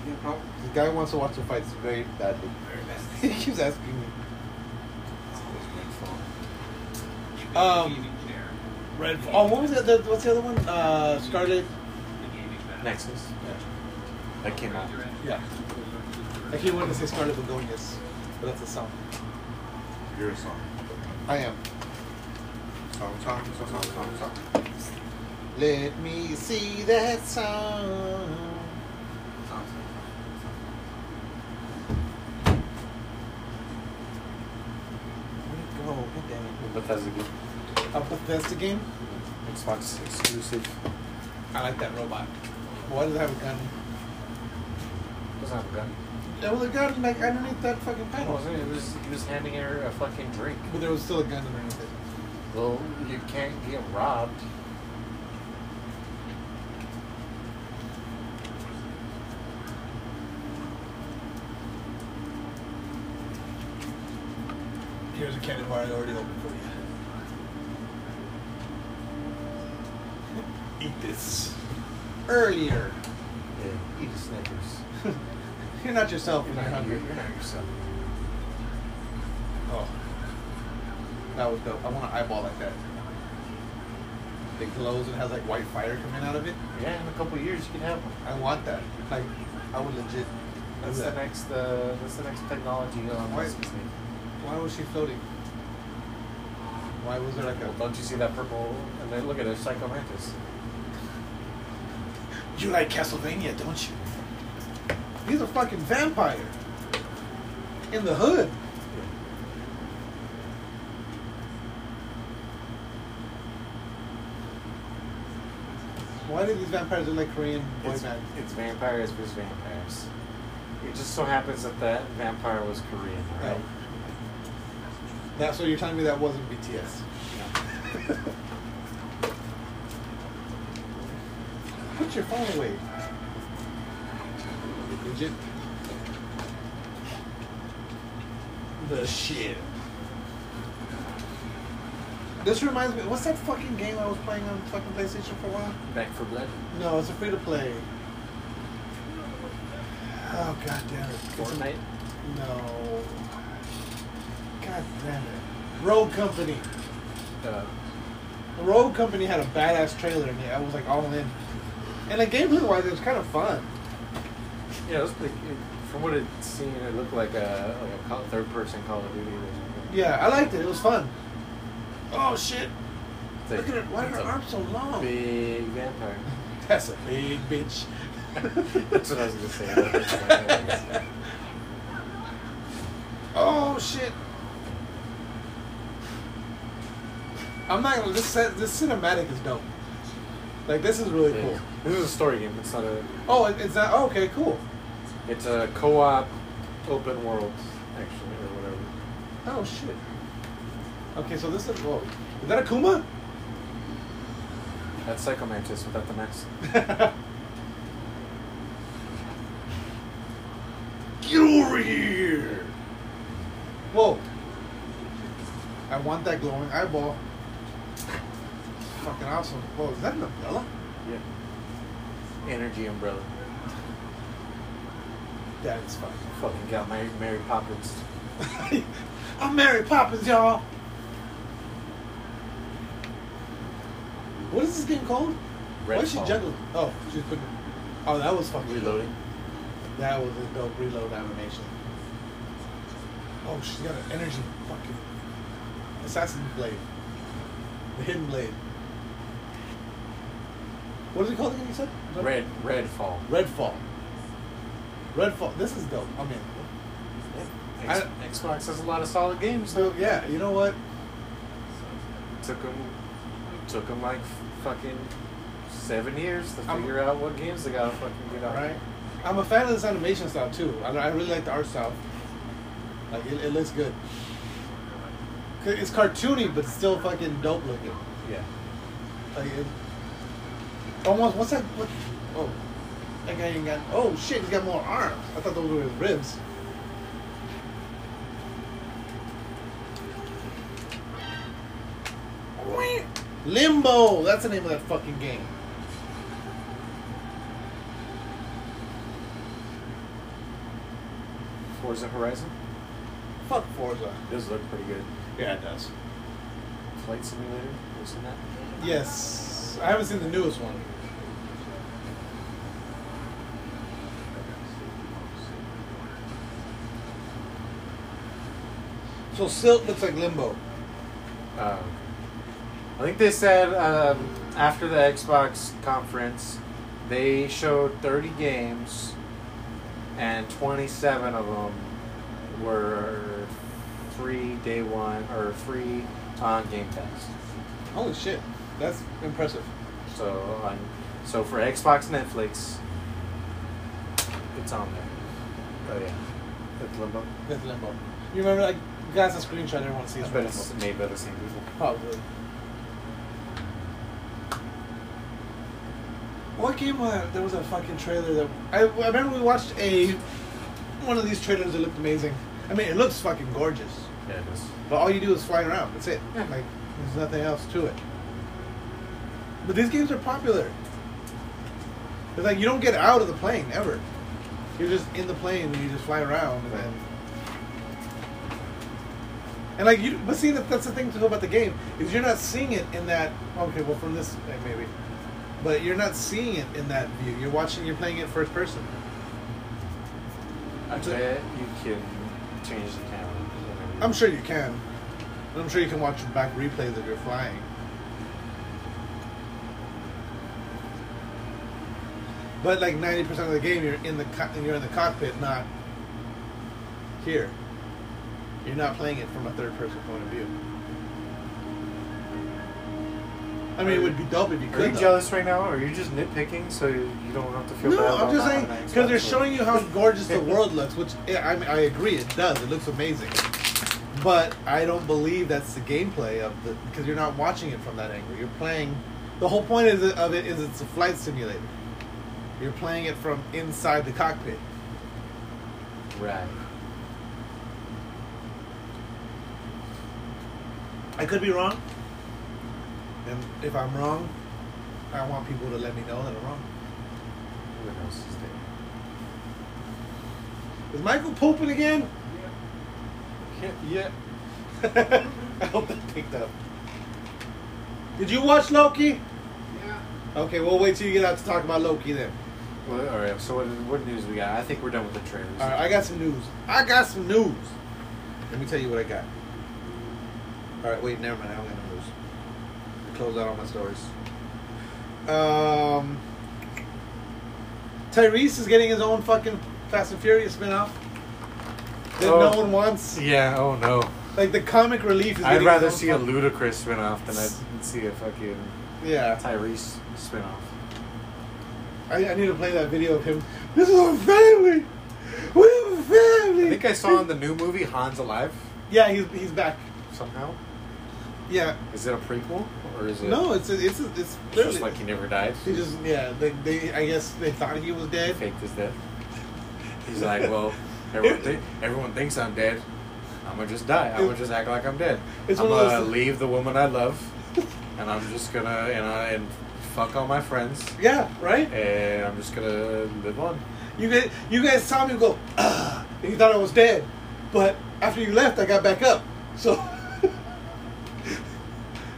S6: yeah, probably.
S5: This guy wants to watch the fights very badly.
S6: Very best.
S5: [laughs] he keeps asking me.
S7: Even
S5: Um,
S7: the gaming chair.
S5: Redfall. Oh, what was that? The, what's the other one? Uh, Scarlet.
S7: The gaming bag.
S4: Nexus. That came out.
S5: Yeah. I keep wanting to say Scarlet Begonias, but that's a song.
S3: You're a song.
S5: I am.
S3: Song, song, song, song, song, song.
S5: Let me see that song. Where'd it go? God damn it.
S4: Bethesda game.
S5: A Bethesda game?
S4: Xbox exclusive.
S5: I like that robot. Why does it have a gun?
S4: Doesn't have a gun.
S5: There was a gun like underneath that fucking panel.
S4: He was handing her a fucking drink.
S5: But there was still a gun underneath it.
S4: Well, you can't get robbed.
S5: Here's a candy bar I already opened for you.
S1: Eat this.
S5: Earlier.
S4: Yeah, eat a Snickers.
S5: [laughs] You're not yourself
S4: You're
S5: when
S4: not
S5: you're
S4: hungry.
S5: hungry.
S4: You're not yourself.
S5: Oh. That was dope. I want an eyeball like that. It glows and has like white fire coming out of it.
S4: Yeah, in a couple of years you can have one.
S5: I want that. Like, I would legit.
S4: That's
S5: do
S4: the next. Uh, that's the next technology on
S5: Why-
S4: this Disney.
S5: Why was she floating? Why was there like
S4: Well,
S5: a.
S4: don't you see that purple? And then look at it, Psycho Mantis.
S1: You like Castlevania, don't you?
S5: He's a fucking vampire. In the hood. Why do these vampires look like Korean boy
S4: It's,
S5: bands?
S4: it's vampires versus vampires. It just so happens that that vampire was Korean, right?
S5: Oh. That's what you're telling me that wasn't BTS. Put your phone away. Legit.
S1: The shit.
S5: This reminds me, what's that fucking game I was playing on fucking PlayStation for a while?
S4: Back for blood.
S5: No, it's a free to play. Oh god damn it. It's a-
S4: Fortnite.
S5: No. God damn it. Road Company.
S4: Uh,
S5: The Road Company had a badass trailer and yeah, I was like all in. And like gameplay wise it was kinda fun.
S4: yeah, it was pretty, it, from what it seemed, it looked like a, like a call, third-person Call of Duty. Or something.
S5: Yeah, I liked it. It was fun. Oh shit!
S4: It's
S5: Look
S4: a-
S5: at her. Why are
S4: it's
S5: her
S4: a
S5: arms so long?
S4: Big vampire.
S5: That's a big bitch.
S4: [laughs] That's what I was gonna say.
S5: Oh shit! I'm not gonna. This set- this cinematic is dope. Like this is really cool.
S4: This is a story game. It's not a.
S5: Oh, it- it's not. Oh, okay, cool.
S4: It's a co-op, open world, actually, or whatever.
S5: Oh shit. Okay, so this is. Whoa, is that a Kuma?
S4: That's Psycho Mantis without the mask.
S1: Get over here!
S5: Whoa. I want that glowing eyeball. Fucking awesome. Whoa, is that an umbrella?
S4: Yeah. Energy umbrella.
S5: That is fun.
S4: Fucking got Mary, Mary Poppins.
S5: [laughs] I'm Mary Poppins, y'all. What is this game called?
S4: Red
S5: Why is she
S4: Fall.
S5: juggling? Oh, she's putting. Oh, that was fucking.
S4: Reloading.
S5: That was a dope reload animation. Oh, she's got an energy fucking assassin blade, the hidden blade. What is it called again? You said
S4: Red. Red fall.
S5: Redfall. Redfall. This is dope. I mean,
S4: X- Xbox has a lot of solid games.
S5: so yeah, you know what?
S4: Took them. Took them like fucking seven years to
S5: I'm-
S4: figure out what games they gotta fucking get out.
S5: Right. I'm a fan of this animation style too. I, I really like the art style. Like it, it looks good. 'Cause It's cartoony, but still fucking dope looking.
S4: Yeah.
S5: Like it, almost what's that? What? Oh, that guy ain't got. Oh shit, he's got more arms. I thought those were his ribs. Limbo. That's the name of that fucking game.
S4: Forza Horizon.
S5: Fuck Forza.
S4: Does look pretty good.
S5: Yeah, it does.
S4: Flight Simulator. Isn't that?
S5: Yes. I haven't seen the newest one. So Silt looks like Limbo.
S4: Um, I think they said um, after the Xbox conference, they showed 30 games, and 27 of them were free day one or free on Game Pass.
S5: Holy shit. That's impressive.
S4: So on, so for Xbox Netflix, it's on there. Oh yeah, that's Limbo.
S5: That's Limbo. You remember like That's a screenshot everyone
S4: I
S5: sees.
S4: bet it's made by the same people.
S5: Probably. What game was that? There was a fucking trailer that I, I remember we watched a one of these trailers that looked amazing. I mean, it looks fucking gorgeous,
S4: Yeah, it is.
S5: but all you do is fly around. That's it. Like there's nothing else to it. But these games are popular. It's like you don't get out of the plane ever. You're just in the plane and you just fly around and then. And like you, but see that that's the thing to know about the game is you're not seeing it in that. Okay, well from this like, maybe, but you're not seeing it in that view. You're watching. You're playing it first person.
S4: I bet you can change the camera.
S5: I'm sure you can. And I'm sure you can watch back replays if you're flying. But like 90% of the game, you're in the co- you're in the cockpit, not here. You're not playing it from a third-person point of view. I mean, it would be dope if you
S4: Are
S5: could.
S4: you
S5: though.
S4: jealous right now, or are you just nitpicking so you don't have to feel bad?
S5: No, I'm
S4: about
S5: just
S4: not
S5: saying
S4: having an
S5: because they're
S4: Xbox?
S5: showing you how gorgeous the world looks, which yeah, I, mean, I agree it does. It looks amazing, but I don't believe that's the gameplay of the because you're not watching it from that angle. You're playing. The whole point is of it is it's a flight simulator. You're playing it from inside the cockpit.
S4: Right.
S5: I could be wrong, and if I'm wrong, I want people to let me know that I'm wrong.
S4: What else is there?
S5: Is Michael pooping again?
S4: Yeah.
S5: [laughs] I hope that picked up. Did you watch Loki?
S6: Yeah.
S5: Okay, we'll wait till you get out to talk about Loki then.
S4: Well, all right. So what, what news we got? I think we're done with the trailers.
S5: All right, I got some news. I got some news. Let me tell you what I got. All right, wait, never mind. I don't got no news. I closed out all my stories. Um, Tyrese is getting his own fucking Fast and Furious spinoff that no
S4: Oh.
S5: one wants.
S4: Yeah. Oh no.
S5: Like the comic relief is.
S4: I'd
S5: getting
S4: rather
S5: his own
S4: see a
S5: fucking-
S4: ludicrous spinoff than I'd see a fucking
S5: Yeah,
S4: Tyrese spinoff.
S5: I, I need to play that video of him. This is our family. We have a family.
S4: I think I saw in the new movie Han's Alive
S5: Yeah, he's he's back.
S4: somehow.
S5: Yeah.
S4: Is it a prequel or is it?
S5: No, it's it's it's, it's
S4: It's
S5: clearly.
S4: just like he never died.
S5: He just yeah, they, they I guess they thought he was
S4: He
S5: dead.
S4: faked his death. He's like, well, everyone, thi- everyone thinks I'm dead. I'm gonna just die. I'm gonna just act like I'm dead.
S5: It's
S4: I'm
S5: one of those-
S4: gonna leave the woman I love, and I'm just gonna and I, and fuck all my friends,
S5: Yeah, right.
S4: and I'm just gonna live on.
S5: You guys you guys saw me go, ah, and you thought I was dead, but after you left, I got back up. So [laughs]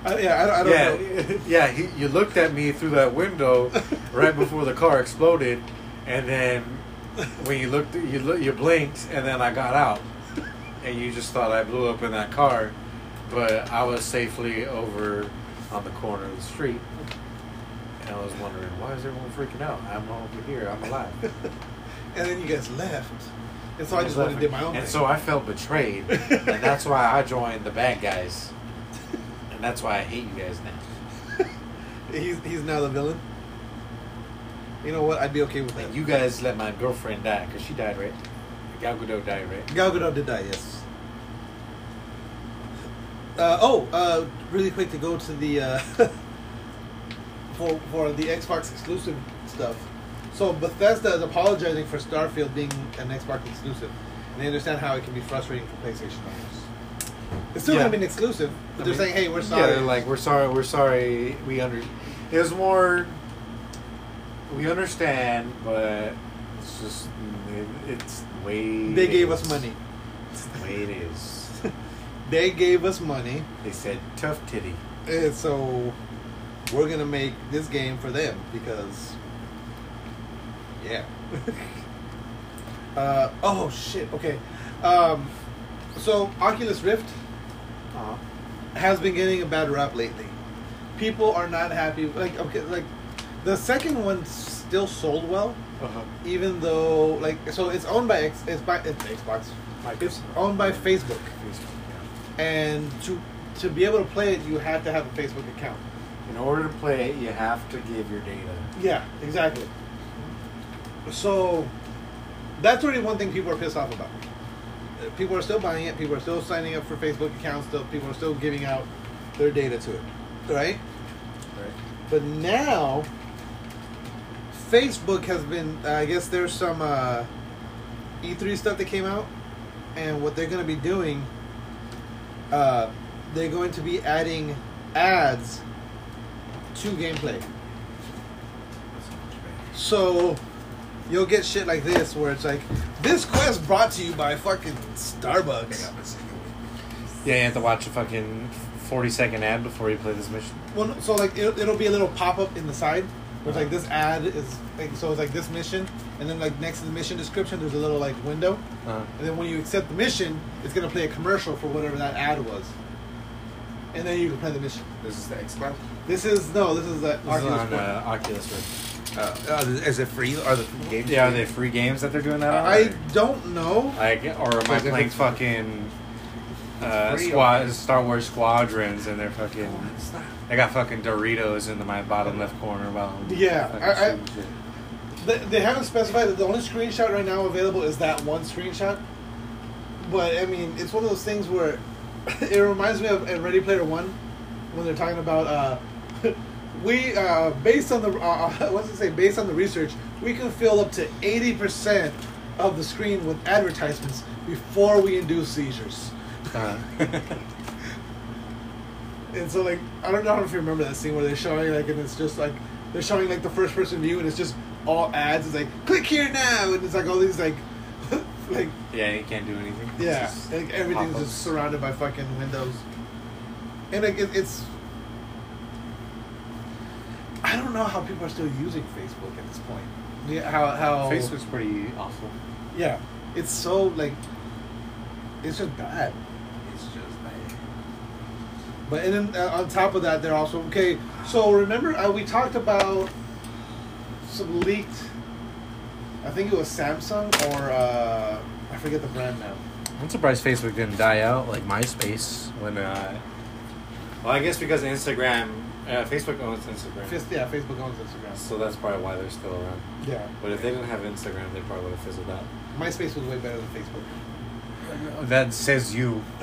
S5: I, yeah, I, don't- I don't know.
S4: yeah, [laughs] yeah. He, you looked at me through that window right before the car exploded, and then when you looked, you look, you blinked, and then I got out, and you just thought I blew up in that car, but I was safely over on the corner of the street, and I was wondering why is everyone freaking out? I'm over here. I'm alive.
S5: And then you guys left, and so [laughs] I just wanted to do my own
S4: And
S5: thing.
S4: so I felt betrayed, and that's why I joined the bad guys, and that's why I hate you guys now.
S5: he's he's now the villain. You know what? I'd be okay with that.
S4: Like you guys let my girlfriend die because she died, right? Gal Gadot died, right?
S5: Gal Gadot did die, yes. Uh, oh, uh, really quick to go to the uh, [laughs] for for the Xbox exclusive stuff. So Bethesda is apologizing for Starfield being an Xbox exclusive. And they understand how it can be frustrating for PlayStation owners. It's still
S4: Yeah.
S5: gonna be an exclusive, but
S4: I
S5: they're
S4: mean,
S5: saying, "Hey, we're sorry."
S4: Yeah, they're like we're sorry, we're sorry. We under. It was more. We understand, but it's just it- it's the way
S5: they
S4: it
S5: gave
S4: [laughs]
S5: us
S4: is.
S5: money. [laughs]
S4: It's the way it is.
S5: They gave us money,
S4: they said tough titty.
S5: and Eh, so we're gonna make this game for them because, yeah. [laughs] Uh, oh shit. Okay. Um, so Oculus Rift
S4: Uh-huh.
S5: has been getting a bad rap lately. People are not happy. Like okay, like the second one still sold well,
S4: Uh-huh.
S5: even though like so it's owned by X, it's by it's Xbox. It's owned by Facebook, and to to be able to play it, you have to have a Facebook account.
S4: In order to play it, you have to give your data.
S5: Yeah, exactly. So that's already one thing people are pissed off about. people are still buying it. People are still signing up for Facebook accounts. Still, people are still giving out their data to it, right? But now, Facebook has been. I guess there's some uh, E3 stuff that came out, and what they're going to be doing, uh, they're going to be adding ads to gameplay. So you'll get shit like this where it's like, this quest brought to you by fucking Starbucks.
S4: Yeah, you have to watch a fucking 40 second ad before you play this mission.
S5: Well, no, so like it'll, it'll be a little pop up in the side. where It's like this ad is like so it's like this mission, and then like next to the mission description, there's a little like window,
S4: Uh,
S5: and then when you accept the mission, it's gonna play a commercial for whatever that ad was, and then you can play the mission.
S10: This is the Xbox.
S5: This is no, this is the
S4: this is
S5: Oculus
S4: on
S5: Pro.
S4: uh, Oculus Rift.
S10: Uh, uh, is it free? Are the free games?
S4: Yeah, are
S10: free?
S4: they free games that they're doing that on?
S5: I don't know.
S4: Like, or am I
S10: Like if
S4: playing
S10: it's-
S4: fucking uh,
S10: Free,
S4: squad,
S10: okay.
S4: Star Wars Squadrons and they're fucking.
S10: It's not-
S4: I got fucking Doritos into my bottom left corner while I'm
S5: Yeah,
S4: fucking
S5: I- I-
S4: shooting shit.
S5: They, they haven't specified that the only screenshot right now available is that one screenshot. But I mean, it's one of those things where [laughs] it reminds me of in Ready Player One when they're talking about uh, [laughs] we uh, based on the uh, [laughs] what's it say based on the research we can fill up to eighty percent of the screen with advertisements before we induce seizures.
S4: [laughs] Uh,
S5: And so like I don't know if you remember that scene where they're showing like and it's just like they're showing like the first person view and it's just all ads. It's like click here now and it's like all these like [laughs] like
S4: yeah, you can't do anything. It's
S5: yeah
S4: just
S5: like everything's
S4: pop-ups.
S5: just surrounded by fucking windows. And like it, it's I don't know how people are still using Facebook at this point. Yeah, how how
S4: Facebook's pretty awful.
S5: yeah it's so like it's just bad.
S6: It's just like.
S5: But and then uh, on top of that, they're also okay. So remember, uh, we talked about some leaked. I think it was Samsung or uh, I forget the brand now.
S4: I'm surprised Facebook didn't die out like MySpace when. Uh, well, I guess because Instagram, uh, Facebook owns Instagram,
S5: Fis- yeah, Facebook owns Instagram.
S4: so that's probably why they're still around.
S5: Yeah,
S4: But if they didn't have Instagram, they probably would have fizzled out.
S5: MySpace was way better than Facebook.
S4: That says you. [sighs]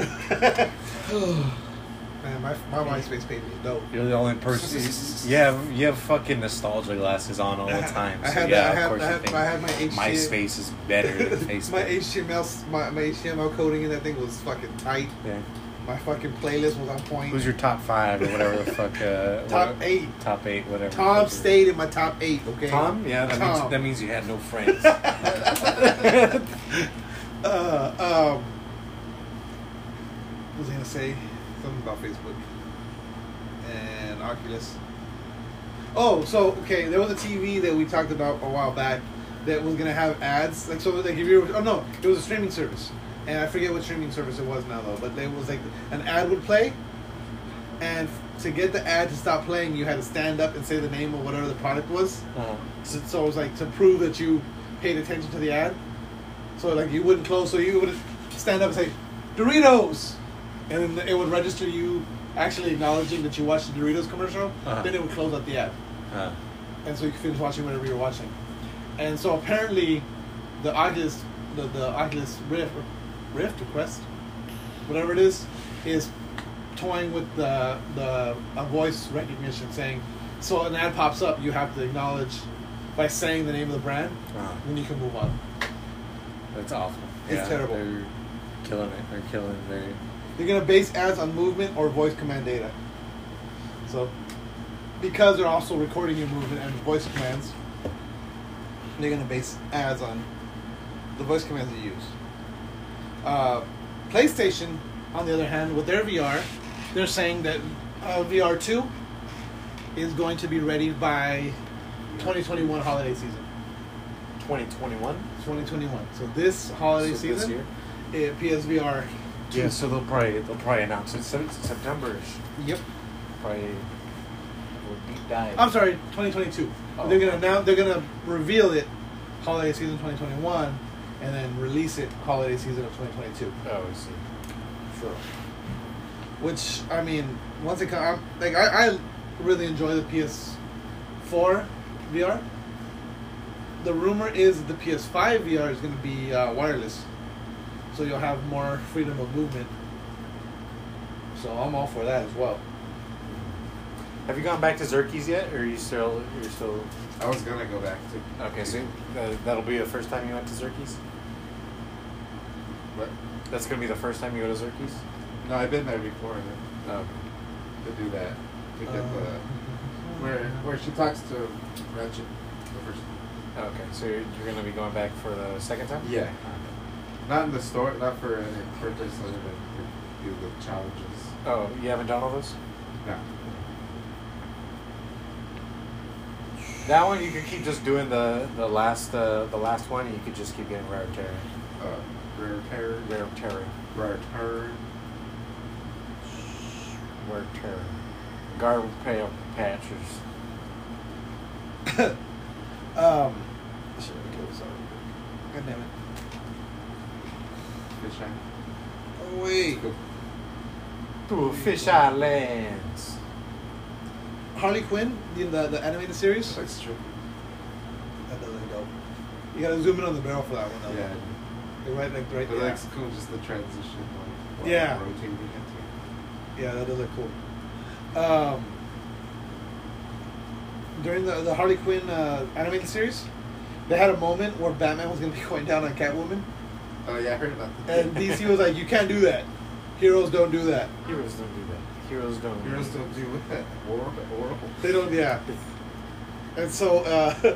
S5: Man, my my MySpace page was dope.
S4: You're the
S5: [laughs]
S4: only person. yeah, you have fucking nostalgia glasses on all the time.
S5: I
S4: So
S5: had-
S4: yeah,
S5: I
S4: of
S5: had-
S4: course
S5: I
S4: you
S5: had-
S4: think
S5: I had my HTML
S4: MySpace is better than
S5: [laughs]
S4: Facebook.
S5: my HTML, 's- my, my HTML coding in that thing was fucking tight.
S4: Yeah.
S5: My fucking playlist was on point.
S4: Who's your top five or whatever the fuck? Uh,
S5: [laughs] Top
S4: what-
S5: eight.
S4: Top eight, whatever.
S5: Tom stayed in my top eight. Okay.
S4: Tom? Yeah, that, Means,
S5: Tom.
S4: that means you had no
S5: [laughs]
S4: friends.
S5: Uh, um, what was I gonna say? Something about Facebook and Oculus. Oh, so okay, there was a TV that we talked about a while back that was gonna have ads. Like so, like if you were, oh no, it was a streaming service, and I forget what streaming service it was now though. But it was like an ad would play, and to get the ad to stop playing, you had to stand up and say the name of whatever the product was.
S4: Uh,
S5: So, so it was like to prove that you paid attention to the ad. So like you wouldn't close, so you would stand up and say, Doritos, and then it would register you actually acknowledging that you watched the Doritos commercial.
S4: Uh-huh.
S5: Then it would close out the ad,
S4: uh,
S5: and so you could finish watching whatever you're watching. And so apparently, the Oculus, the, the Oculus Rift, Rift or Quest, whatever it is, is toying with the the a voice recognition saying, so an ad pops up, you have to acknowledge by saying the name of the brand,
S4: Uh-huh.
S5: then you can move on.
S4: that's awful.
S5: It's terrible.
S4: They're killing it. They're killing it. They're,
S5: They're gonna base ads on movement or voice command data. So, because they're also recording your movement and voice commands, they're gonna base ads on the voice commands you use. Uh, PlayStation, on the other hand, with their VR, they're saying that uh, VR two is going to be ready by 2021 holiday season.
S4: 2021?
S5: 2021. So this holiday
S4: So
S5: season,
S4: this year?
S5: eh, PSVR.
S4: Yeah, so they'll probably they'll probably announce it Sep- Septemberish.
S5: Yep.
S4: Probably will deep dive.
S5: I'm sorry, 2022.
S4: Oh.
S5: They're gonna now they're gonna reveal it holiday season 2021, and then release it holiday season of 2022.
S4: Oh, I see. Sure.
S5: Which I mean, once it comes, like I, I really enjoy the PS4 VR. The rumor is the PS5 VR is gonna be uh, wireless, so you'll have more freedom of movement. So I'm all for that as well.
S4: Have you gone back to Zerkies yet, or are you still you're still?
S10: I was gonna go back to.
S4: Okay, so uh, that'll be the first time you went to Zerkies.
S10: But,
S4: That's gonna be the first time you go to Zerkies.
S10: no, I've been there before
S4: Oh,
S10: to, to do that. To
S4: uh,
S10: get
S5: Uh.
S10: the
S5: Um,
S10: where where she talks to Ratchet the first.
S4: okay. So you're, you're gonna be going back for the second time.
S10: Yeah. Not in the store. Not for any purpose other than to do the challenges.
S4: Oh, you haven't done all those.
S10: No.
S4: That one you could keep just doing the the last uh, the last one. And you could just keep getting rare terror,
S10: Uh, rare terror.
S4: rare terror,
S10: Rare terror.
S4: rare terror, guard pay patches.
S5: Um, shit, I killed this already. God damn it.
S10: Fish eye.
S5: Oh, wait.
S4: Through Fish Islands.
S5: Harley Quinn in the, the animated series? That
S10: That's true.
S5: doesn't go. You gotta zoom in on the barrel for that one, though.
S10: Yeah.
S5: You're right, like, right
S10: But
S5: there.
S10: that's cool. Just the transition. Like, like
S5: Yeah.
S10: Rotating into.
S5: Yeah, that does look cool. Um, during the, the Harley Quinn uh, animated series, they had a moment where Batman was going to be [laughs] going down on Catwoman,
S10: Oh yeah, I heard about that.
S5: and DC
S10: [laughs]
S5: was like, "You can't do that. Heroes don't do that.
S4: Heroes don't do that. Heroes don't.
S10: Heroes don't do that. Oral, oral.
S5: They don't. Yeah." And so, uh,
S10: Or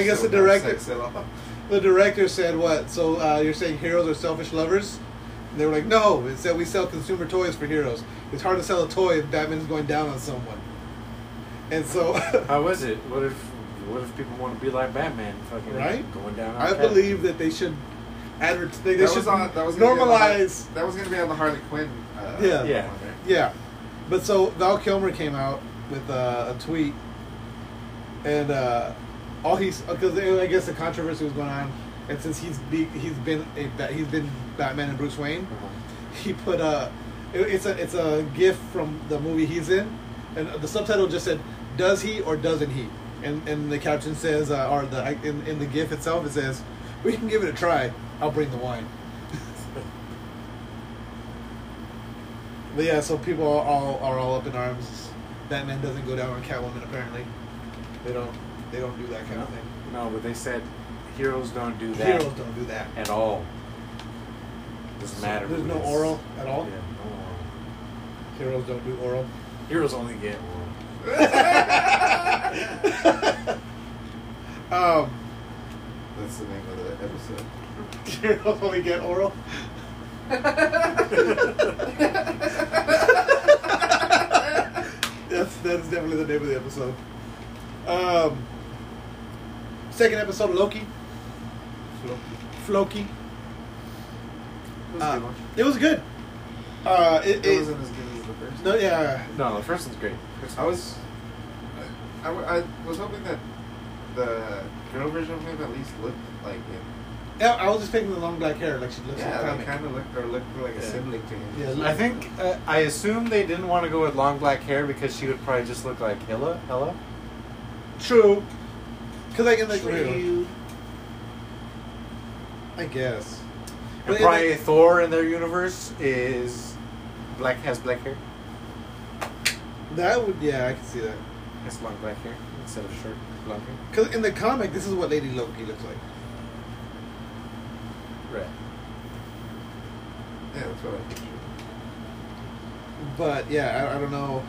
S5: [laughs] I guess
S10: just
S5: the
S10: don't have
S5: director,
S10: sex at all.
S5: the director said, "What? So uh, you're saying heroes are selfish lovers?" And they were like, "No. It said we sell consumer toys for heroes. It's hard to sell a toy if Batman's going down on someone." And so, [laughs]
S4: How is it? What if what if people want to be like Batman? Fucking
S5: Right?
S4: Going down. on
S5: I
S4: Catwoman?
S5: believe that they should advert. They, they
S10: That
S5: should
S10: was on. That was gonna be on the Har-
S5: normalize.
S10: that was gonna be on the Harley Quinn. Uh,
S5: Yeah.
S4: Yeah.
S10: one, right?
S5: Yeah, but so Val Kilmer came out with uh, a tweet, and uh, all he's because I guess the controversy was going on, and since he's be, he's been a Ba- he's been Batman and Bruce Wayne, he put a it, it's a it's a gif from the movie he's in, and the subtitle just said "Does he or doesn't he?" and and the caption says uh, or the in in the gif itself it says, "We can give it a try. I'll bring the wine." [laughs] But yeah, so people are all are all up in arms. Batman doesn't go down on Catwoman apparently. They don't they don't do that kind
S4: No,
S5: of thing.
S4: no, but they said heroes don't do that
S5: Heroes don't do that.
S4: at all. Doesn't matter.
S5: There's
S4: who
S5: no
S4: it is.
S5: oral at all.
S4: Yeah, no oral.
S5: Heroes don't do oral.
S4: Heroes only get oral.
S5: [laughs] Um,
S10: That's the name of the episode.
S5: heroes only get [laughs] oral. That's that is definitely the name of the episode. Um, second episode Loki. Floki. Uh, it was good. Uh, it,
S10: It
S5: it-
S10: wasn't as good as the first.
S5: no, yeah.
S4: No, the first one's great.
S10: I was, I, I, I was hoping that the girl version of him at least looked like him.
S5: Yeah, I was just thinking the long black hair, like she looks
S10: yeah,
S5: like
S10: they
S5: comic.
S10: kind of looked or looked like
S4: Yeah.
S10: a sibling to him.
S5: Yeah, look-
S4: I think uh, I assume they didn't want to go with long black hair because she would probably just look like Hella. Hella.
S5: True. Because I can like. I guess.
S4: And
S5: But
S4: probably
S5: it-
S4: Thor in their universe is black has black hair.
S5: That would yeah, I can see that.
S4: Has long black hair instead of short long hair.
S5: Because in the comic, this is what Lady Loki looks like.
S4: Right.
S10: Yeah, that's what I pictured.
S5: But yeah, I, I don't know.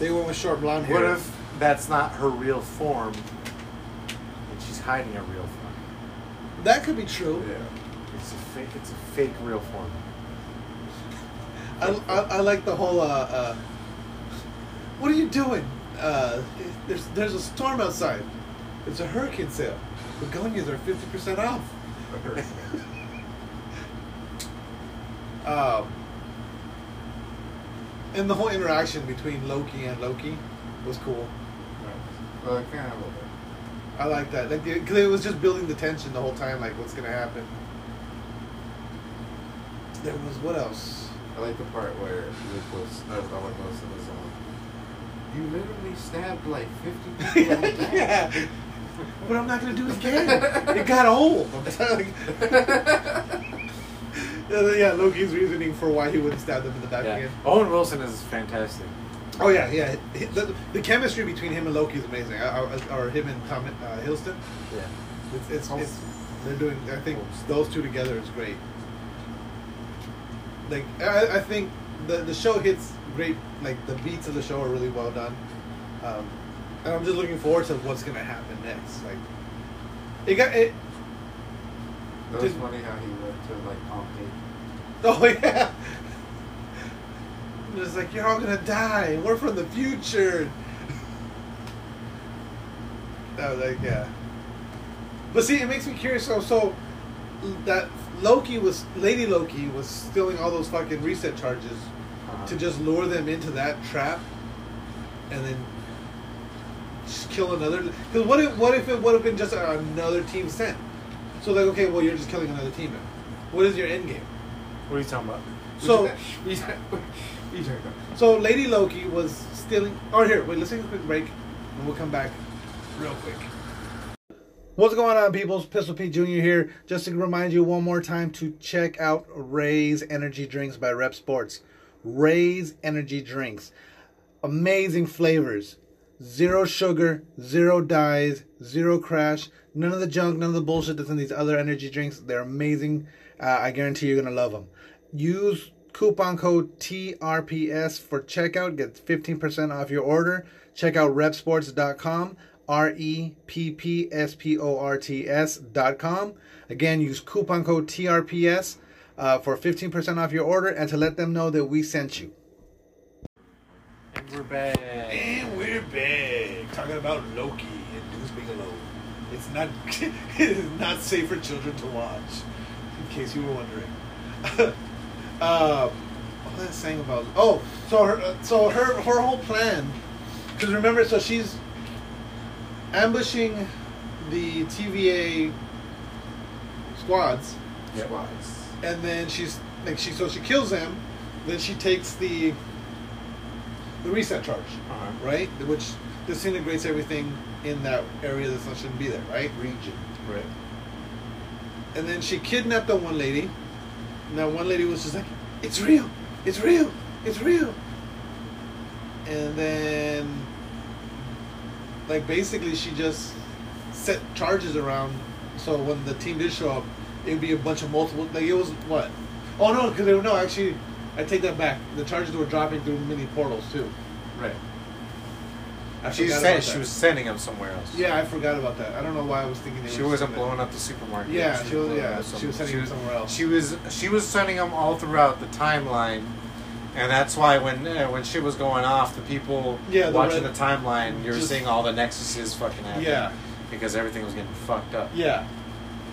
S5: They went with short blonde hair.
S4: What if that's not her real form, and she's hiding her real form?
S5: that could be true?
S10: Yeah.
S4: It's a fake. It's a fake real form.
S5: I, I, I like the whole. Uh, uh, what are you doing? Uh, there's there's a storm outside. It's a hurricane sale. Begonias are fifty percent off.
S4: [laughs]
S5: Um, and the whole interaction between Loki and Loki was cool.
S10: Well, I kind of a little bit.
S5: I like that. Like, because it was just building the tension the whole time. Like, what's gonna happen? There was what else? [laughs]
S10: I like the part where Luke was uh, Owen Wilson was on. You literally stabbed like fifty people. in the
S4: [laughs]
S10: back."
S5: yeah, but I'm not gonna do it again. it got old. I'm telling you. Uh, [laughs] yeah, Loki's reasoning for why he wouldn't stab them in the back
S4: Yeah.
S5: again.
S4: Owen Wilson is fantastic.
S5: Oh yeah, yeah. He- The, the chemistry between him and Loki is amazing. Or, or him and Tom uh, Hiddleston.
S4: Yeah.
S5: It's, it's, it's they're doing. I think those two together is great. Like I, I think the the show hits great. Like the beats of the show are really well done, um, and I'm just looking forward to what's gonna happen next. Like it got it.
S10: That was
S5: Did-
S10: funny how he went to like Pompeii.
S5: [laughs] Oh yeah. And It's like you're all gonna die. We're from the future. [laughs] I was like, yeah. But see, it makes me curious. So, so that Loki was Lady Loki was stealing all those fucking reset charges
S4: Uh-huh.
S5: to just lure them into that trap, and then just kill another. Because what if what if it would have been just another team sent? So like, okay, well you're just killing another team. Now. What is your end game?
S4: What are you talking about?
S10: [laughs]
S5: So-
S10: he's he's
S5: So Lady Loki was stealing. Oh, here, wait. Let's take a quick break, and we'll come back real quick. What's going on, peoples? Pistol Pete Jr. here. Just to remind you one more time to check out Ray's Energy Drinks by Rep Sports. Ray's Energy Drinks, amazing flavors. Zero sugar, zero dyes, zero crash, none of the junk, none of the bullshit that's in these other energy drinks. They're amazing. Uh, I guarantee you're going to love them. Use coupon code TRPS for checkout. Get 15% off your order. Check out repsports.com, R E P P S P O R T S.com. Again, use coupon code TRPS uh, for 15% off your order and to let them know that we sent you.
S4: And we're back.
S2: And we're back talking about Loki and News Bigelow.
S5: It's not [laughs] it is not safe for children to watch, in case you were wondering. [laughs] uh, what was I saying about? Oh, so her uh, so her her whole plan, because remember, so she's ambushing the TVA squads,
S10: Squats.
S5: and then she's like she so she kills them, then she takes the the reset charge,
S4: Uh-huh.
S5: right? Which disintegrates everything in that area that shouldn't be there, right? Region.
S4: Right.
S5: And then she kidnapped that one lady. And that one lady was just like, it's real, it's real, it's real. And then, like, basically, she just set charges around. So when the team did show up, it'd be a bunch of multiple. Like, it was what? Oh, no, because they were, no, actually, I take that back. The charges were dropping through mini portals, too.
S4: Right.
S5: I
S4: She
S5: forgot
S4: said
S5: about
S4: she
S5: that.
S4: was sending him somewhere else.
S5: Yeah, I forgot about that. I don't know why I was thinking. they
S4: She
S5: were
S4: wasn't
S5: stupid.
S4: blowing up the supermarket.
S5: Yeah, she was-
S4: blowing
S5: yeah,
S4: up
S5: she was
S4: some-
S5: sending him somewhere else.
S4: She was she was sending them all throughout the timeline, and that's why when uh, when shit was going off, the people
S5: Yeah, the
S4: watching
S5: red-
S4: the timeline, you were
S5: just-
S4: seeing all the nexuses fucking happen.
S5: Yeah.
S4: because everything was getting fucked up.
S5: Yeah.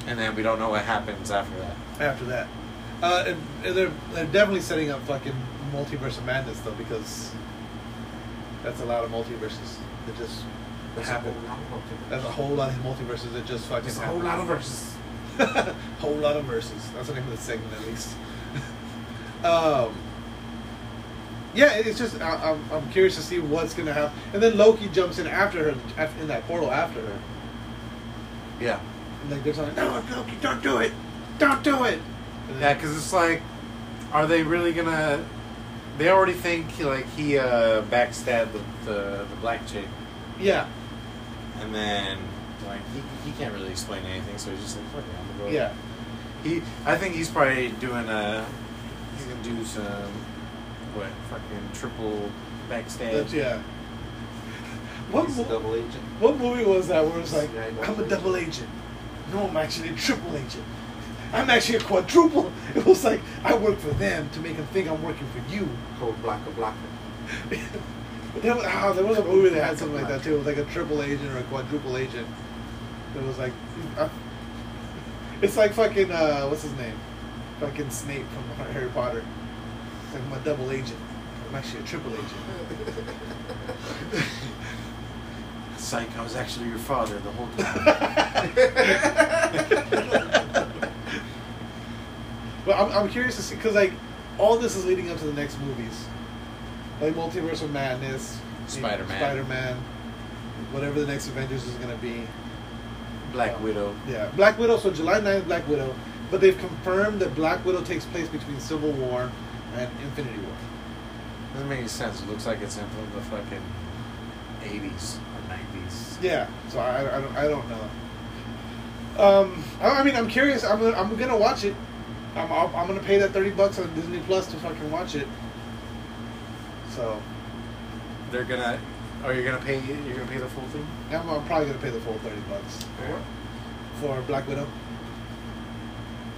S4: and then we don't know what happens after that.
S5: after that. Uh, and, and they're they're definitely setting up fucking multiverse of madness though because that's a lot of multiverses that just happen. That's a whole lot of multiverses that just fucking
S10: There's a
S5: happen.
S10: whole lot of verses.
S5: [laughs] whole lot of verses. That's the name of the segment at least. [laughs] um, yeah, it- it's just I, I'm, I'm curious to see what's gonna happen. And then Loki jumps in after her af- in that portal after her.
S4: Yeah,
S5: And like they're telling her, no, Loki, don't do it, don't do it. And
S4: yeah,
S5: then-
S4: because it's like, are they really gonna? They already think like he uh, backstabbed the, the the black chick.
S5: yeah,
S4: And then like he, he can't really explain anything, so he's just like, "Fuck it, I'm gonna go."
S5: yeah.
S4: He, I think he's probably doing a. He's gonna do some what fucking triple backstab.
S5: That's, yeah. What,
S10: He's
S5: mo-
S10: a double agent.
S5: what movie was that where it's like,
S10: Yeah, I know.
S5: I'm a double agent. No, I'm actually a triple agent. I'm actually a quadruple. [laughs] It was like, I work for them to make them think I'm working for you.
S10: Cold
S5: [laughs]
S10: blocker blocker.
S5: But there was, ah, there was a movie that had something like that too. It was like a triple agent or a quadruple agent. It was like, uh, it's like fucking, uh, what's his name? Fucking Snape from [laughs] Harry Potter. It's like, I'm a double agent. I'm actually a triple agent.
S4: Psych, I was actually your father the whole time.
S5: [laughs] But I'm, I'm curious to see because like all this is leading up to the next movies, like Multiverse of Madness,
S4: Spider-Man.
S5: Spider Man, whatever the next Avengers is gonna be.
S4: Black Widow.
S5: Yeah, Black Widow. So July 9th, Black Widow. But they've confirmed that Black Widow takes place between Civil War and Infinity War.
S4: Doesn't make any sense. It looks like it's in from the fucking 80s or 90s.
S5: Yeah, so I, I, don't, I don't know. Um, I, I mean, I'm curious. I'm, gonna- I'm gonna watch it. I'm, I'm, I'm gonna pay that thirty bucks on Disney Plus to fucking watch it. So
S4: They're gonna. Are you gonna pay? You're gonna pay the full thing?
S5: I'm, I'm probably gonna pay the full thirty bucks for Black Widow.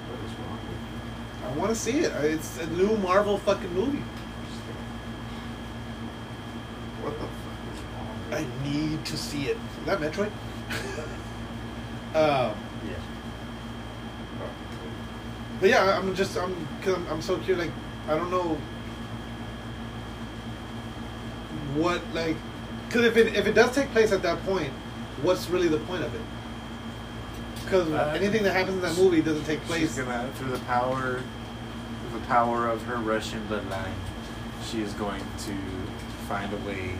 S10: What is wrong with
S5: I want to see it. I- It's a new Marvel fucking movie.
S10: you? What the fuck is wrong with
S5: I
S10: you?
S5: need to see it. Is that Metroid? [laughs] um,
S4: Yeah.
S5: but yeah, I- I'm just I'm cause I'm, I'm so curious. Like I don't know what like because if it if it does take place at that point, what's really the point of it? Because
S4: Uh,
S5: anything that happens in that movie doesn't take
S4: She's
S5: place.
S4: gonna through the power, through the power of her Russian bloodline, she is going to find a way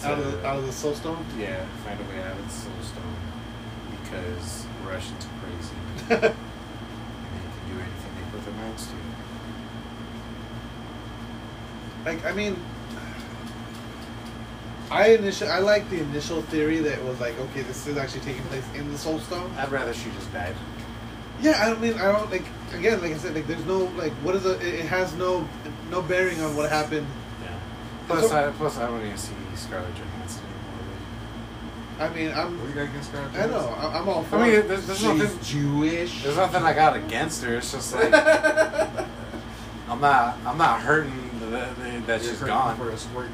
S4: to,
S5: out of the, out of the soul stone. [laughs]
S4: yeah, find a way out of the soul stone because Russians are crazy and they can do anything they put their minds to.
S5: like I mean, I initial I like the initial theory that was like, okay, this is actually taking place in the Soul Stone.
S4: I'd rather she just died.
S5: Yeah, I mean, I don't like again, like I said, like there's no like what is a, it, it has no no bearing on what happened.
S4: Yeah. Plus,
S5: So-
S4: I, plus I don't even see Scarlett Johansson anymore.
S5: I mean,
S10: What
S5: I'm
S10: do you got against God?
S5: I know I- I'm all for.
S4: I mean,
S5: it.
S4: there's, there's nothing.
S10: She's Jewish.
S4: There's nothing I got against her. It's just like I'm not. I'm not hurting the, the, that
S10: You're
S4: she's
S10: hurting
S4: gone.
S10: For a squirt.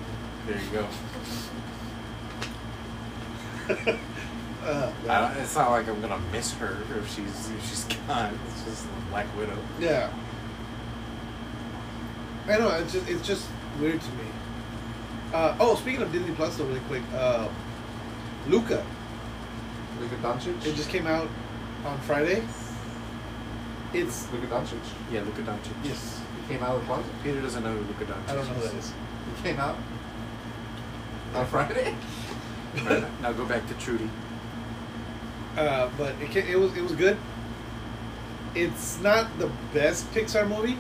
S4: There you go.
S5: [laughs] uh,
S4: I don't, it's not like I'm gonna miss her if she's if she's [laughs] gone. It's just the Black Widow.
S5: yeah. I know it's just it's just weird to me. Uh, oh, speaking of Disney Plus, though, really quick, uh, Luca,
S10: Luka Doncic.
S5: it just came out on Friday. It's
S10: Luka Doncic.
S4: Yeah, Luka Doncic.
S5: yes.
S10: He came out of the closet.
S4: Peter doesn't know who Luka Doncic.
S5: I don't know who that
S4: is.
S5: is.
S10: He came out on Friday. [laughs]
S5: [laughs]
S4: Right, now go back to Trudy.
S5: Uh, but it, ca- it was it was good. It's not the best Pixar movie,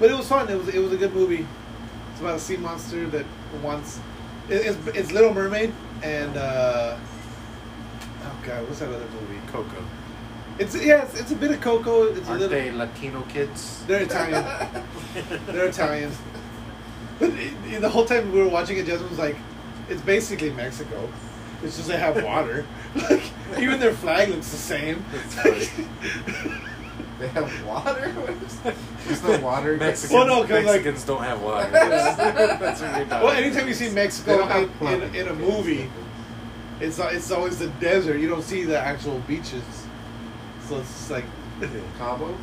S5: but it was fun. It was it was a good movie. It's about a sea monster that wants. It, it's it's Little Mermaid and uh, oh god, what's that other movie?
S4: Coco.
S5: It's yeah, it's, it's a bit of Coco. It's a
S4: Aren't
S5: little.
S4: they Latino kids? [laughs]
S5: They're Italian. They're Italian. But it, it- the whole time we were watching it, Jasmine was like, "It's basically Mexico. It's just they have water. [laughs] like even their flag looks the same."
S4: That's funny.
S10: They have water. [laughs] There's no
S5: [laughs]
S10: water.
S4: Mexicans,
S5: Well, no, 'cause, like-
S4: Mexicans don't
S5: [laughs]
S4: have water. That's what you're
S5: [laughs] Well, anytime you see
S10: They
S5: Mexico
S10: don't have
S5: in,
S10: plumbing.
S5: in, in a movie, it's al- it's always the desert. You don't see the actual beaches. So it's just like,
S10: [laughs] Cabo.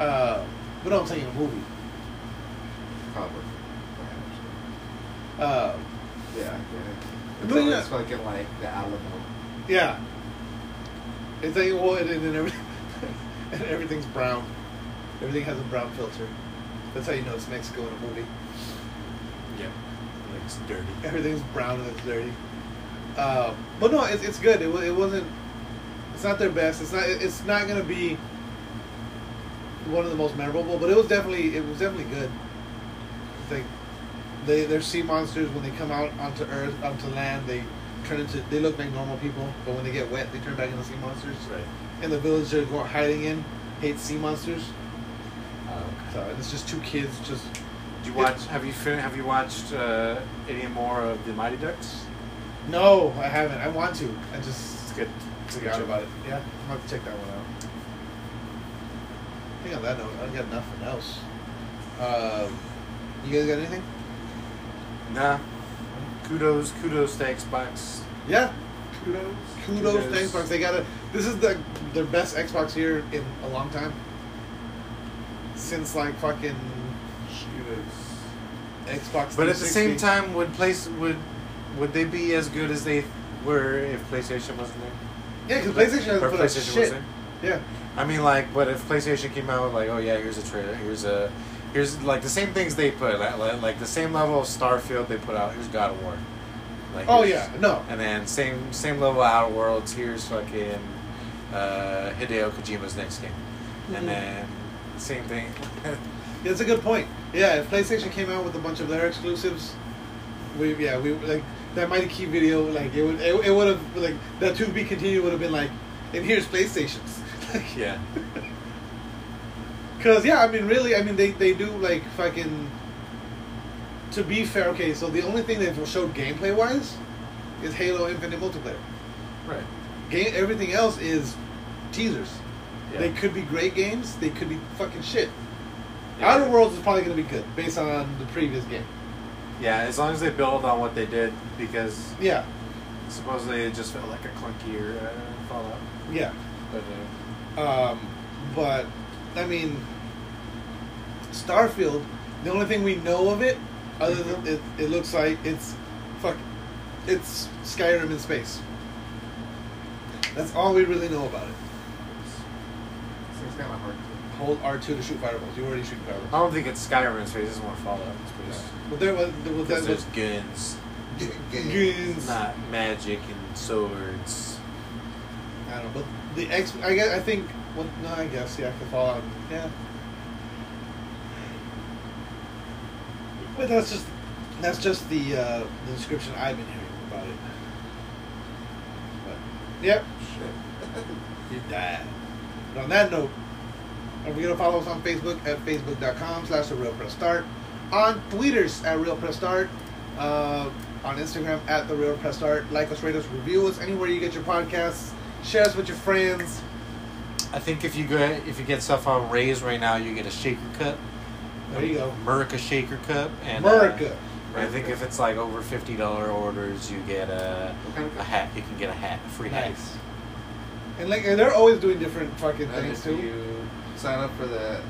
S5: uh, but no, I'm saying in a movie.
S10: Cabo.
S5: Uh,
S10: Yeah, yeah. It's
S5: But, yeah.
S10: always fucking like the Alamo.
S5: yeah, it's like well, and, and, every, [laughs] and everything's brown. Everything has a brown filter. That's how you know it's Mexico in a movie.
S4: Yeah, like it's dirty.
S5: everything's brown and it's dirty. Uh, but no, it's, it's good. It, wa- it wasn't. It's not their best. It's not. It's not gonna be one of the most memorable. But it was definitely. It was definitely good. It's like they they're sea monsters when they come out onto Earth onto land they turn into they look like normal people but when they get wet they turn back into sea monsters.
S4: Right.
S5: And the village they're go- hiding in hates sea monsters.
S4: Um,
S5: So and it's just two kids just.
S4: Do you watch? Have you fin- Have you watched uh, any more of the Mighty Ducks?
S5: No, I haven't. I want to. I just.
S4: It's good. It's a good
S5: Forgot
S4: show.
S5: about it. Yeah, I'm gonna have to check that one out. I think on that note, I got nothing else. Um, you guys got anything?
S4: Nah. Kudos, kudos to Xbox.
S5: Yeah.
S10: Kudos.
S5: Kudos, to Xbox. They got a. This is the their best Xbox here in a long time. Since like fucking
S10: Kudos.
S5: Xbox.
S4: But at the same
S5: 360.
S4: time, would place would would they be as good as they were if PlayStation wasn't there?
S5: yeah, because PlayStation hasn't
S4: Or
S5: put out
S4: PlayStation was
S5: shit.
S4: there?
S5: Yeah,
S4: I mean, like, but if PlayStation came out with like, oh yeah, here's a trailer, here's a, here's like the same things they put, like, like, like the same level of Starfield they put out. Here's God of War. Like,
S5: Oh,
S4: here's-
S5: yeah, no.
S4: And then same same level Outer Worlds. Here's fucking uh, Hideo Kojima's next game.
S5: Mm-hmm.
S4: and then same thing. [laughs]
S5: That's a good point. Yeah, if PlayStation came out with a bunch of their exclusives, we yeah we like that Mighty Key video like it would it, it would have like that to be continued would have been like, and here's PlayStation's. [laughs] Like,
S4: yeah,
S5: Cause yeah, I mean, really, I mean, they they do like fucking. To be fair, okay, so the only thing they've showed gameplay wise is Halo Infinite multiplayer.
S4: right.
S5: Game everything else is teasers.
S4: Yeah.
S5: They could be great games. They could be fucking shit.
S4: Yeah.
S5: Outer Worlds is probably gonna be good based on the previous game.
S4: Yeah, as long as they build on what they did, because
S5: Yeah,
S4: supposedly it just felt like a clunkier uh, Fallout.
S5: yeah.
S4: But uh,
S5: Um, but I mean, Starfield. The only thing we know of it, other than it, it looks like it's fuck, it's Skyrim in space. That's all we really know about it.
S10: This thing's kind of hard. to-
S5: Hold R two to shoot fireballs. You already shoot fireballs.
S4: I don't think it's Skyrim in space. It's more Fallout in space.
S5: But there was there was
S4: Because
S5: that
S4: there's
S5: was
S4: guns,
S5: guns.
S4: not magic and swords.
S5: I don't know. But the X. I guess I think. Well, no, I guess yeah. The Fallout. Yeah. But that's just that's just the uh, the description I've been hearing about it. But yep, you died. But on that note, don't forget to follow us on Facebook at facebook.com slash the Real Press Start. On Twitters at Real Press Start. Uh, on Instagram at the Real Press Start. Like us, rate us, review us anywhere you get your podcasts. Share us with your friends.
S4: I think if you get if you get stuff on Rays right now, you get a shaker cup.
S5: There you go.
S4: America shaker cup and uh,
S5: America.
S4: I think if it's like over fifty dollar orders, you get a
S10: What kind of
S4: a hat. You can get a hat, a free hat.
S5: Nice. And like and they're always doing different fucking
S10: And
S5: things
S10: if
S5: too.
S10: you sign up for the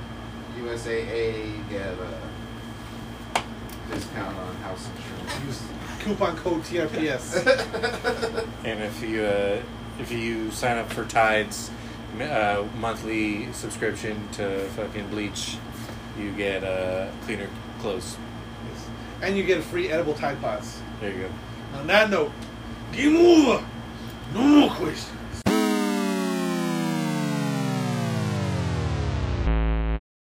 S10: USAA, you get a discount on house
S5: Use coupon code
S4: [laughs]
S5: TRPS.
S10: insurance.
S4: And if you uh, if you sign up for Tides uh, monthly subscription to fucking bleach, you get uh, cleaner clothes.
S5: [laughs] and you get free edible Tide Pods.
S4: There you go.
S5: On that note, game over. No more questions.